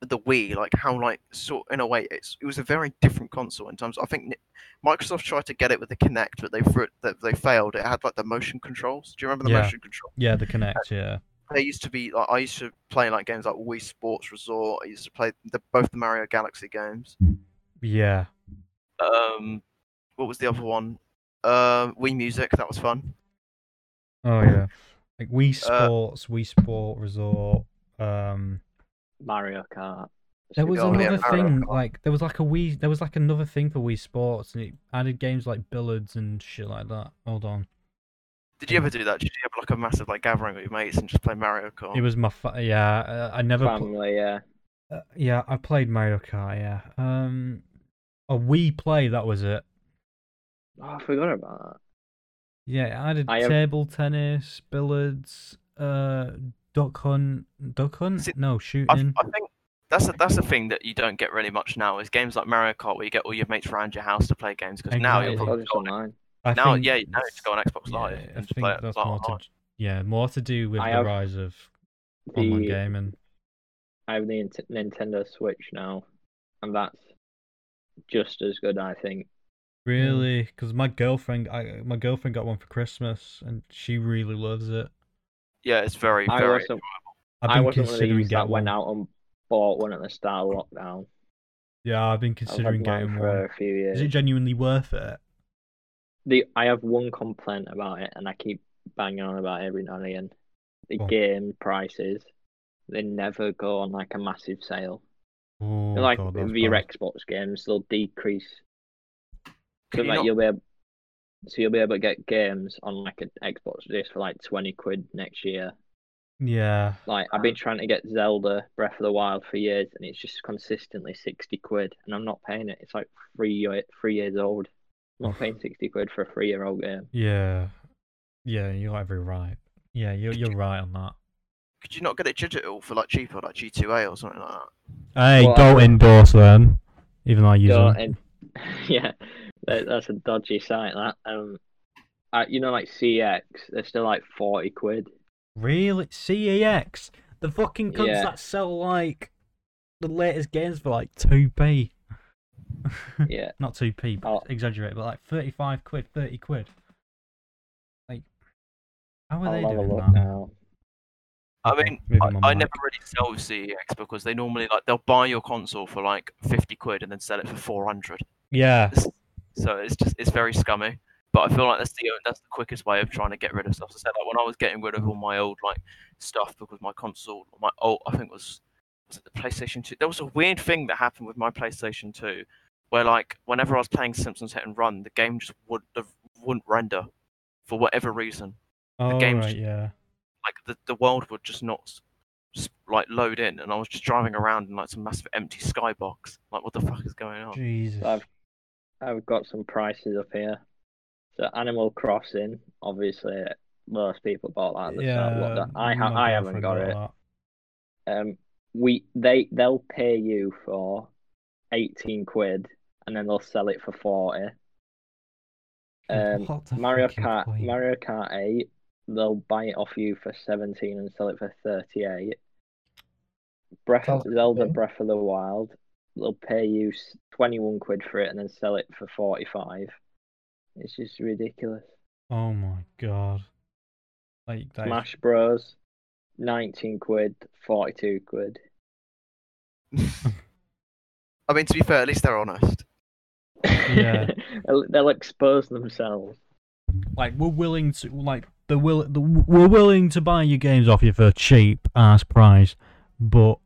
the Wii, like how like sort in a way it's it was a very different console in terms. I think Ni- Microsoft tried to get it with the Kinect, but they threw it, that they failed. It had like the motion controls. Do you remember the
Yeah.
motion control?
Yeah, the Connect. Yeah,
They used to be like I used to play like games like Wii Sports Resort. I used to play the, both the Mario Galaxy games.
yeah.
Um, what was the other one? Um, Wii Music. That was fun.
Oh yeah. Like Wii
Uh,
Sports, Wii Sport Resort. Um,
Mario Kart.
there was
Golden
another
Arrow
thing
Golf.
like there was like a Wii. There was like another thing for Wii Sports, and it added games like billiards and shit like that. Hold on,
Did you ever do that? Did you have like a massive like gathering with your mates and just play Mario Kart?
it was my fa- yeah. Uh, I never pl-
family. Yeah,
Uh, yeah, I played Mario Kart. Yeah, um, a Wii Play. That was it.
oh, I forgot about
Yeah, I did
I have-
table tennis, billiards, uh, duck hunt, duck hunt.
See,
no
I,
shooting.
I think that's a, that's the thing that you don't get really much now is games like Mario Kart where you get all your mates around your house to play games because now
that.
you're
Exactly.
It's all
probably
just online.
I
now
think
yeah now you
it's-
just go on Xbox
yeah,
Live
I
and just play
think
it
that's
like,
more
online.
to yeah more to do with
I
the
have
rise of online
The
gaming.
I have the Nint- Nintendo Switch now, and that's just as good, I think.
Really, because my girlfriend, I, my girlfriend got one for Christmas, and she really loves it.
Yeah, it's very
I
very.
wasn't,
I've
I
been
wasn't one of
considering
these
getting
that
one.
went out and bought one at the start of lockdown.
Yeah, I've been
I've had
considering
mine
getting
for
one.
a few
Is it
years.
genuinely worth it?
The I have one complaint about it, and I keep banging on about it every now and again. The
Go on.
game prices, they never go on like a massive sale.
Oh,
They're like
God, that's
with your
bad.
Xbox games, they'll decrease
Could
So
you
like
not-
you'll be able, so you'll be able to get games on like an Xbox disc for like twenty quid next year.
Yeah,
Like I've been trying to get Zelda Breath of the Wild for years, and it's just consistently sixty quid, and I'm not paying it. It's like three year, three years old. I'm not paying sixty quid for a three year old game.
yeah, yeah. You're every right. Yeah, you're you're right on that.
could you not get it digital for like cheaper like G2A or something like that?
Hey,
Well,
don't
I don't-
endorse them, even though I use
Don't
them.
en- yeah, that, that's a dodgy site. That um, uh, you know, like CX, they're still like forty quid.
Really, CEX, the fucking cunts
Yeah.
that sell like the latest games for like two p,
Yeah,
not two p, but
I'll-
exaggerate, but like thirty five quid, thirty quid. Like, how are
I'll
they
have a
doing
look
that?
now.
I
Okay,
mean,
moving on my
I, I
mic.
never really sell CEX because they normally like they'll buy your console for like fifty quid and then sell it for four hundred.
Yeah,
So it's just it's very scummy. But I feel like that's the that's the quickest way of trying to get rid of stuff. So I said, like when I was getting rid of all my old like stuff because my console, my old I think it was was it the PlayStation Two? There was a weird thing that happened with my PlayStation Two, where like whenever I was playing Simpsons Hit and Run, the game just would the, wouldn't render for whatever reason.
oh
game's
right, yeah.
Like the the world would just not s- s- like load in, and I was just driving around in like some massive empty skybox. Like what the fuck is going on?
Jesus.
Oh. I've I've got some prices up here. So Animal Crossing, obviously, most people bought that. At the start of lockdown. I ha-
my
I haven't
girlfriend
got it.
that.
Um, we they they'll pay you for eighteen quid, and then they'll sell it for forty. Um,
What the
Mario
fucking
Kart
point?
Mario Kart Eight, they'll buy it off you for seventeen and sell it for thirty eight. Breath
Sounds like
Zelda
me.
Breath of the Wild, they'll pay you twenty one quid for it and then sell it for forty five. It's just ridiculous.
Oh my god. Like that is-
Smash Bros, nineteen quid, forty two quid.
I mean, to be fair, at least they're honest.
Yeah.
they'll, they'll expose themselves.
like we're willing to like the will the, we're willing to buy your games off you for a cheap ass price, but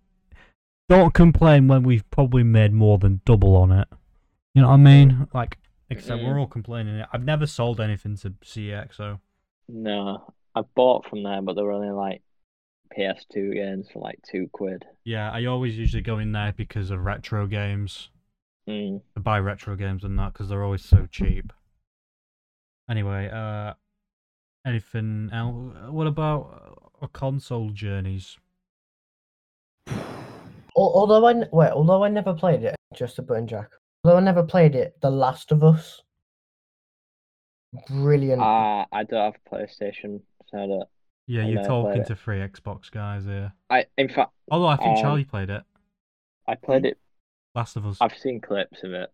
don't complain when we've probably made more than double on it. You know what I mean? Like, except
Mm-hmm.
we're all complaining. I've never sold anything to CXO.
No, I bought from there, but they were only like PS2 games for like two quid.
Yeah, I always usually go in there because of retro games.
Mm.
I buy retro games and that because they're always so cheap. Anyway, uh, anything else? What about uh, console journeys?
Al- Although I n- wait, although I never played it, just a button jack. Although I never played it, The Last of Us. Brilliant.
Uh, I don't have a PlayStation, so I don't.
Yeah,
I
you're
never played
talking
it.
to three Xbox guys here.
I in fact
Although I think
Um,
Charlie played it.
I played it.
Last of Us.
I've seen clips of it.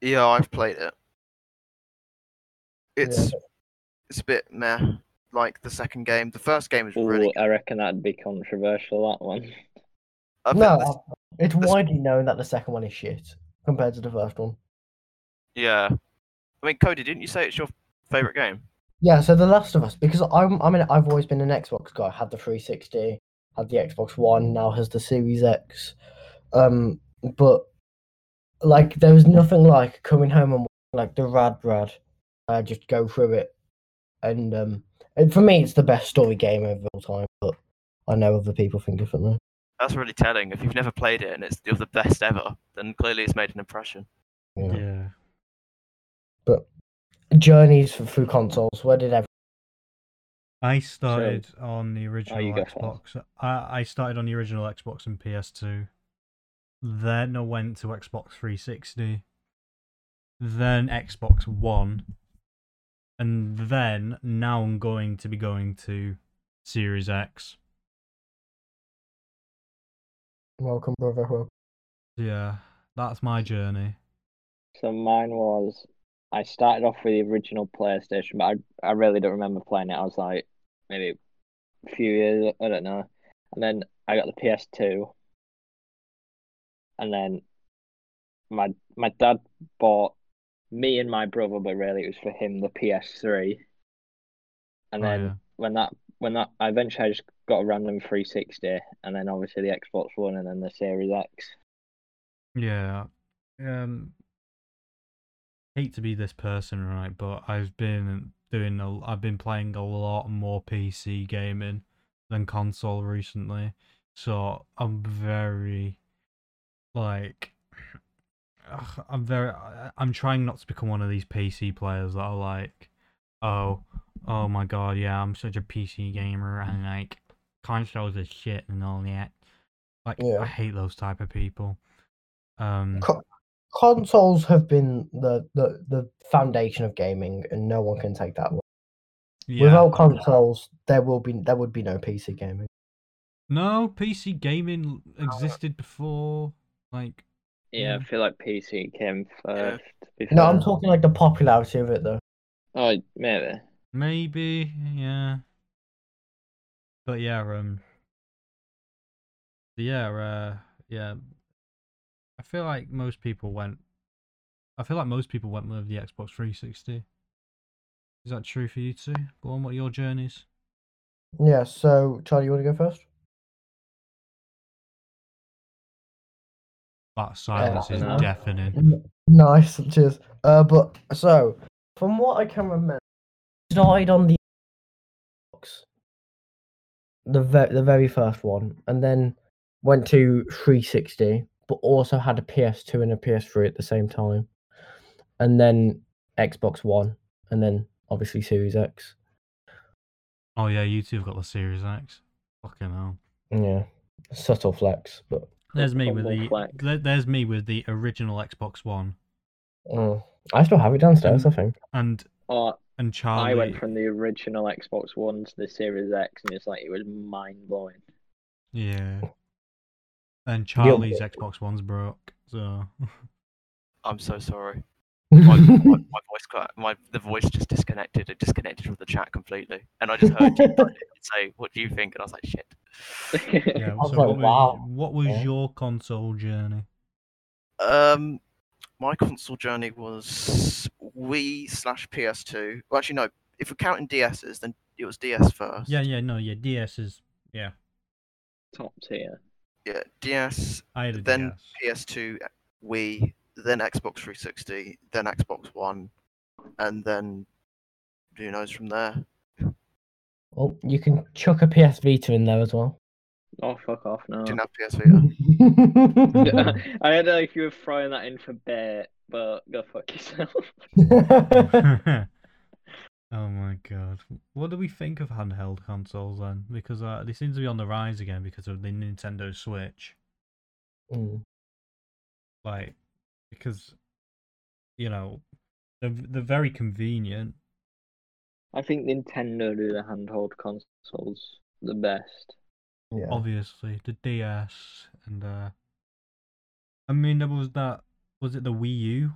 Yeah, I've played it.
Yeah.
It's it's a bit meh. Like the second game, the first game is
Ooh,
really.
I reckon that'd be controversial. That one.
I think
no,
this-
I- it's
this-
widely known that the second one is shit compared to the first one.
Yeah. I mean, Cody, didn't you say it's your favorite game?
Yeah, so The Last of Us, because I'm, I mean, I've always been an Xbox guy. Had the 360, had the Xbox One, now has the Series X. Um, but like, there was nothing like coming home and like the rad rad. I just go through it, and um, and for me, it's the best story game of all time. But I know other people think differently.
That's really telling. If you've never played it and it's you're the best ever, then clearly it's made an impression.
you know.
yeah.
Journeys f- through consoles. Where did every
I started on the original
oh, go first.
Xbox. I, I started on the original Xbox and PS2. Then I went to Xbox 360. Then Xbox One. And then now I'm going to be going to Series X.
welcome, brother? Welcome.
Yeah, that's my journey.
So mine was I started off with the original PlayStation, but I I really don't remember playing it. I was like maybe a few years, I don't know. And then I got the PS2. And then my my dad bought me and my brother, but really it was for him the PS3. And
Oh,
then
yeah.
when that when that I eventually I just got a random 360 and then obviously the Xbox One and then the Series X.
Yeah. Um hate to be this person, right, but I've been doing a, I've been playing a lot more PC gaming than console recently. So I'm very like ugh, I'm very I- I'm trying not to become one of these PC players that are like oh oh my god, yeah, I'm such a PC gamer and like consoles are shit and all that. Like
Yeah.
I hate those type of people. Um,
Co- consoles have been the, the the foundation of gaming, and no one can take that away.
yeah.
Without consoles, there will be there would be no PC gaming.
no, PC gaming existed before. Like,
Yeah, I
Yeah.
feel like PC came first.
Mm. No, I'm
before-
talking like the popularity of it though.
Oh, maybe.
maybe, yeah. But yeah, um, yeah, uh, yeah. I feel like most people went. I feel like most people went with the Xbox 360. Is that true for you too? Go on, what are your journeys?
Yeah. So Charlie, you want to go first?
That silence is
no.
deafening.
N- Nice. Cheers. Uh, but so from what I can remember, started on the Xbox, the ve- the very first one, and then went to 360, but also had a PS2 and a PS3 at the same time, and then Xbox One, and then obviously Series X.
Oh yeah, you two have got the Series X. Fucking hell.
Yeah, subtle flex, but
There's me with
Humble
the
flex.
there- there's me with the original Xbox One
mm, I still have it downstairs. I think.
and
Or
Oh,
and Charlie.
Oh, I went from the original Xbox One to the Series X, and it's like it was mind blowing.
yeah. And Charlie's Xbox One's broke, so
I'm so sorry. My, my, my voice cut. My the voice just disconnected. It disconnected from the chat completely, and I just heard you say, "What do you think?" And I was like, "Shit."
yeah.
was
so
like,
what was,
wow.
what was
Yeah.
your console journey?
Um, my console journey was Wii slash PS2. Well, actually, no. If we're counting DSs, then it was DS first.
Yeah, yeah, no, yeah, DS is yeah,
Top tier.
yeah, DS,
I had a
Then-
DS.
PS2, Wii, then Xbox 360, then Xbox One, and then who knows from there.
Well, you can chuck a PS Vita in there as well.
Oh, fuck off now.
Didn't have PS Vita.
I don't know if you were throwing that in for bait, but go fuck yourself.
oh my god. What do we think of handheld consoles then? Because uh, they seem to be on the rise again because of the Nintendo Switch.
Mm.
Like, because, you know, they're, they're very convenient.
I think Nintendo do the handheld consoles the best.
Yeah.
obviously the DS and uh I mean there was that was it the Wii U?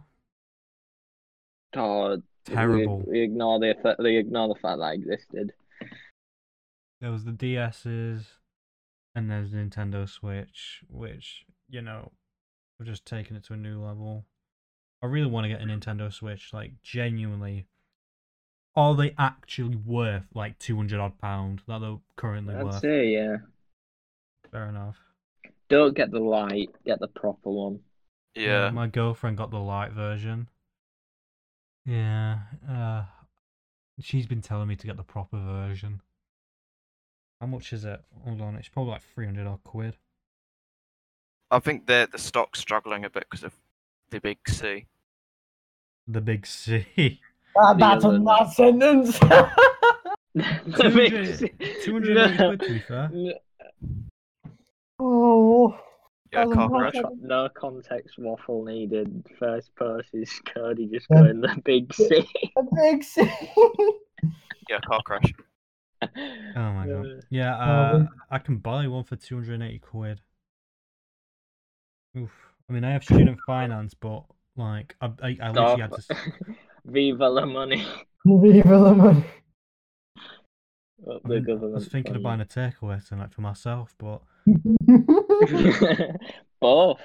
Oh, we-
Terrible.
We, ignore the fa- they ignore the fact that existed.
There was the DS's and there's Nintendo Switch, which, you know, we're just taking it to a new level. I really want to get a Nintendo Switch, like genuinely. Are they actually worth like two hundred odd pound that they're currently
I'd
worth?
say yeah.
Fair enough.
Don't get the light, get the proper one.
Yeah.
My girlfriend got the light version. Yeah. Uh, she's been telling me to get the proper version. How much is it? Hold on, it's probably like 300 odd quid.
I think the the stock's struggling a bit because of the big C.
The big C.
That- that's a
Leland.
mad sentence.
That
200
makes-
280
No.
quid, to be fair.
N-
oh,
Yeah,
Oh,
car
my
crash.
God.
No context waffle needed. First post is Cody just
Yeah.
going the big C.
a big C.
Yeah, car crash.
Oh my god.
Uh,
Yeah,
well,
uh, I can buy one for 280 quid. Oof. I mean, I have student finance, but like, I, I, I literally had
stop.
to. s-
Viva la money.
Viva la money.
Up
I
the
mean, I was
government
thinking of buying
fund.
a takeaway tonight for myself, but
Both.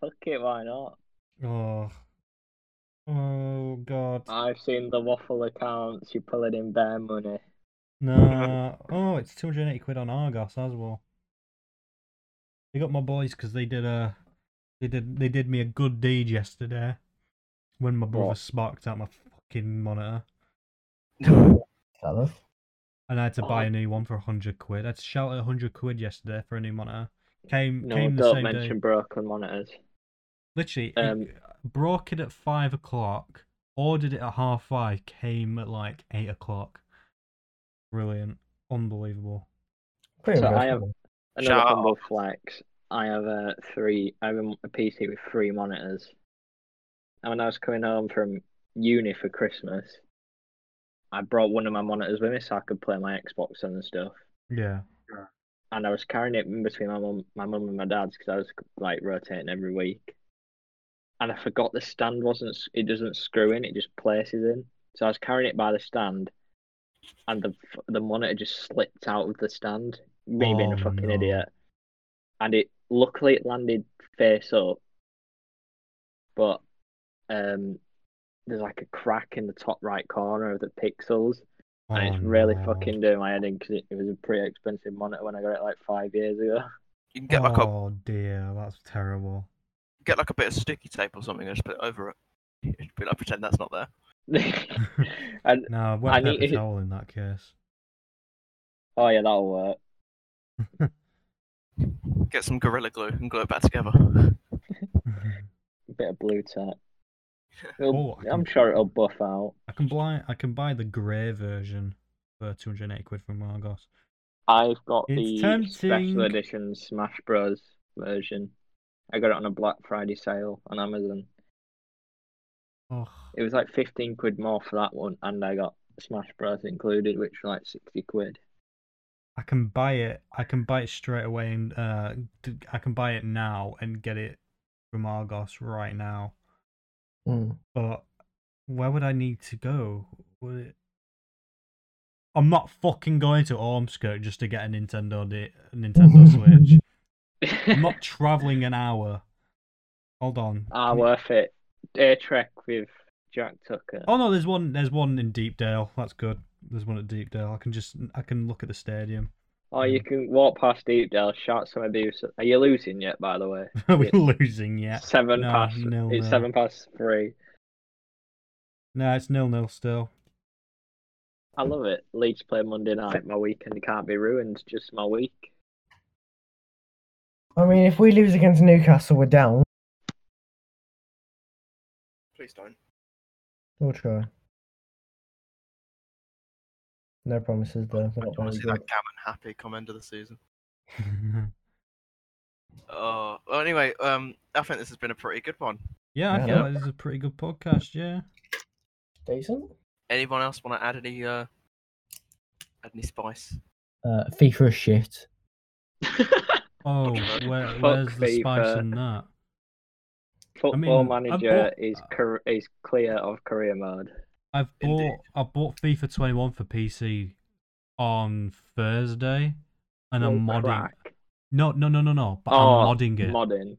Fuck it, why not?
Oh. Oh god.
I've seen the waffle accounts, you pull it in bare money.
No. Oh, it's 280 quid on Argos as well. They got my boys because they did a they did they did me a good deed yesterday when my brother
What?
sparked out my fucking monitor
Hello.
and I had to buy
Oh.
a new one for 100 quid. I had to shout out 100 quid yesterday for a new monitor. Came
No,
came the
don't
same
mention
day.
broken monitors.
Literally,
um,
it, broke it at five o'clock. Ordered it at half five. Came at like eight o'clock. Brilliant, unbelievable.
Pretty
So I
impressive.
Another
Shout out.
combo flex. I have a three. I have a, a PC with three monitors. And when I was coming home from uni for Christmas, I brought one of my monitors with me so I could play my Xbox and stuff.
Yeah.
And I was carrying it in between my mum, my mum and my dad's because I was like rotating every week. And I forgot the stand wasn't. s- It doesn't screw in. It just places in. So I was carrying it by the stand, and the f- the monitor just slipped out of the stand. Me being
Oh,
a fucking
no.
idiot. And it luckily it landed face up, but um, there's like a crack in the top right corner of the pixels and it's
Oh,
really
no.
fucking doing my head in because it, it was a pretty expensive monitor when I got it like five years ago.
You can get like a
oh dear, that's terrible.
get like a bit of sticky tape or something and just put it over it. It'd be like pretend that's not there.
and
No, I've
I
wet
need-
paper towel in that case.
oh yeah, that'll work.
Get some gorilla glue and glue it back together.
A bit of blue tack.
Oh,
It'll-
I
I'm
can-
sure it'll buff out.
I can buy I can buy the grey version for 280 quid from Argos.
I've got
It's
the
tempting.
special edition Smash Bros. version. I got it on a Black Friday sale on Amazon.
Oh,
It was like fifteen quid more for that one, and I got Smash Bros. included, which was like sixty quid.
I can buy it. I can buy it straight away, and uh, d- I can buy it now and get it from Argos right now.
Mm.
But where would I need to go? Would it? I'm not fucking going to Ormskirk just to get a Nintendo di- a Nintendo Switch. I'm not traveling an hour. Hold on.
ah,
Can you-
worth it. Air Trek with Jack Tucker.
Oh no, there's one. There's one in Deepdale. That's good. There's one at Deepdale. I can just I can look at the stadium.
Oh, you can walk past Deepdale, shout some abuse. Are you losing yet? By the way,
Are we
It-
losing yet?
seven
No,
past.
no,
it's
no.
seven past three.
No, it's nil nil still.
I love it. Leeds play Monday night. My weekend can't be ruined. Just my week.
I mean, if we lose against Newcastle, we're down.
Please don't.
We'll try. No promises though. We're
I
not
don't want
very
to see
good.
that Gammon happy come end of the season. Oh, well, anyway, um, I think this has been a pretty good one.
yeah, I
Yeah.
feel like this is a pretty good podcast. Yeah.
Decent.
Anyone else want to add any uh, add any spice?
Uh, FIFA is shit.
Oh,
Fuck
where,
FIFA.
where's the spice in that?
Football
I
Manager
bought-
is car- is clear of career mode.
I've
Indeed.
bought I bought FIFA 21 for PC on Thursday, and I'm
Oh,
modding.
crack.
No, no, no, no, no. But
Oh,
I'm modding it.
Modding.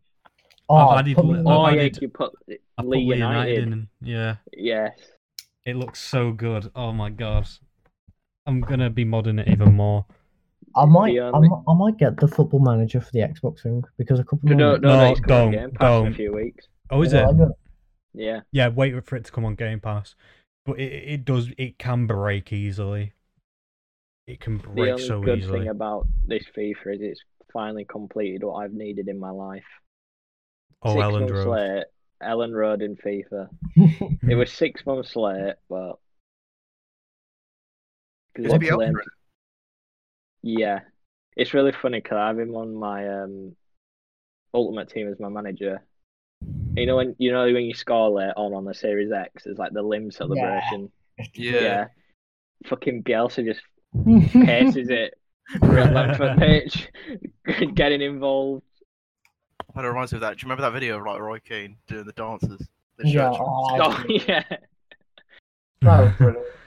Oh,
I've added
put me
li-
in.
I've
Oh yeah,
added-
you put
I put
Lee
Leeds
United.
in. and- Yeah,
Yes.
it looks so good. Oh my god, I'm gonna be modding it even more.
I might,
the
I
only-
might, I might get the football manager for the Xbox thing because a couple
No,
of
no, no,
my-
No,
no, it's
don't,
coming Game Pass in
don't.
a few weeks.
Oh, is
Yeah,
it?
I got-
Yeah.
Yeah, wait for it to come on Game Pass. But it, it does. It can break easily. It can
The
break
only
so
good
easily.
thing about this FIFA is it's finally completed what I've needed in my life.
oh,
Six
Ellen
months
Road.
late, Ellen Road in FIFA. It was six months late, but
Is it
Luckily-
Bielsa in it?
yeah, it's really funny because I have him on my um, ultimate team as my manager. You know when you know when you score late on on the Series X, it's like the limb celebration.
Yeah.
Fucking Bielsa just paces it real length of pitch, getting involved.
That reminds me of that. Do you remember that video of like Roy Keane doing the dances? The
Yeah,
church-
oh,
Oh yeah.
that was brilliant.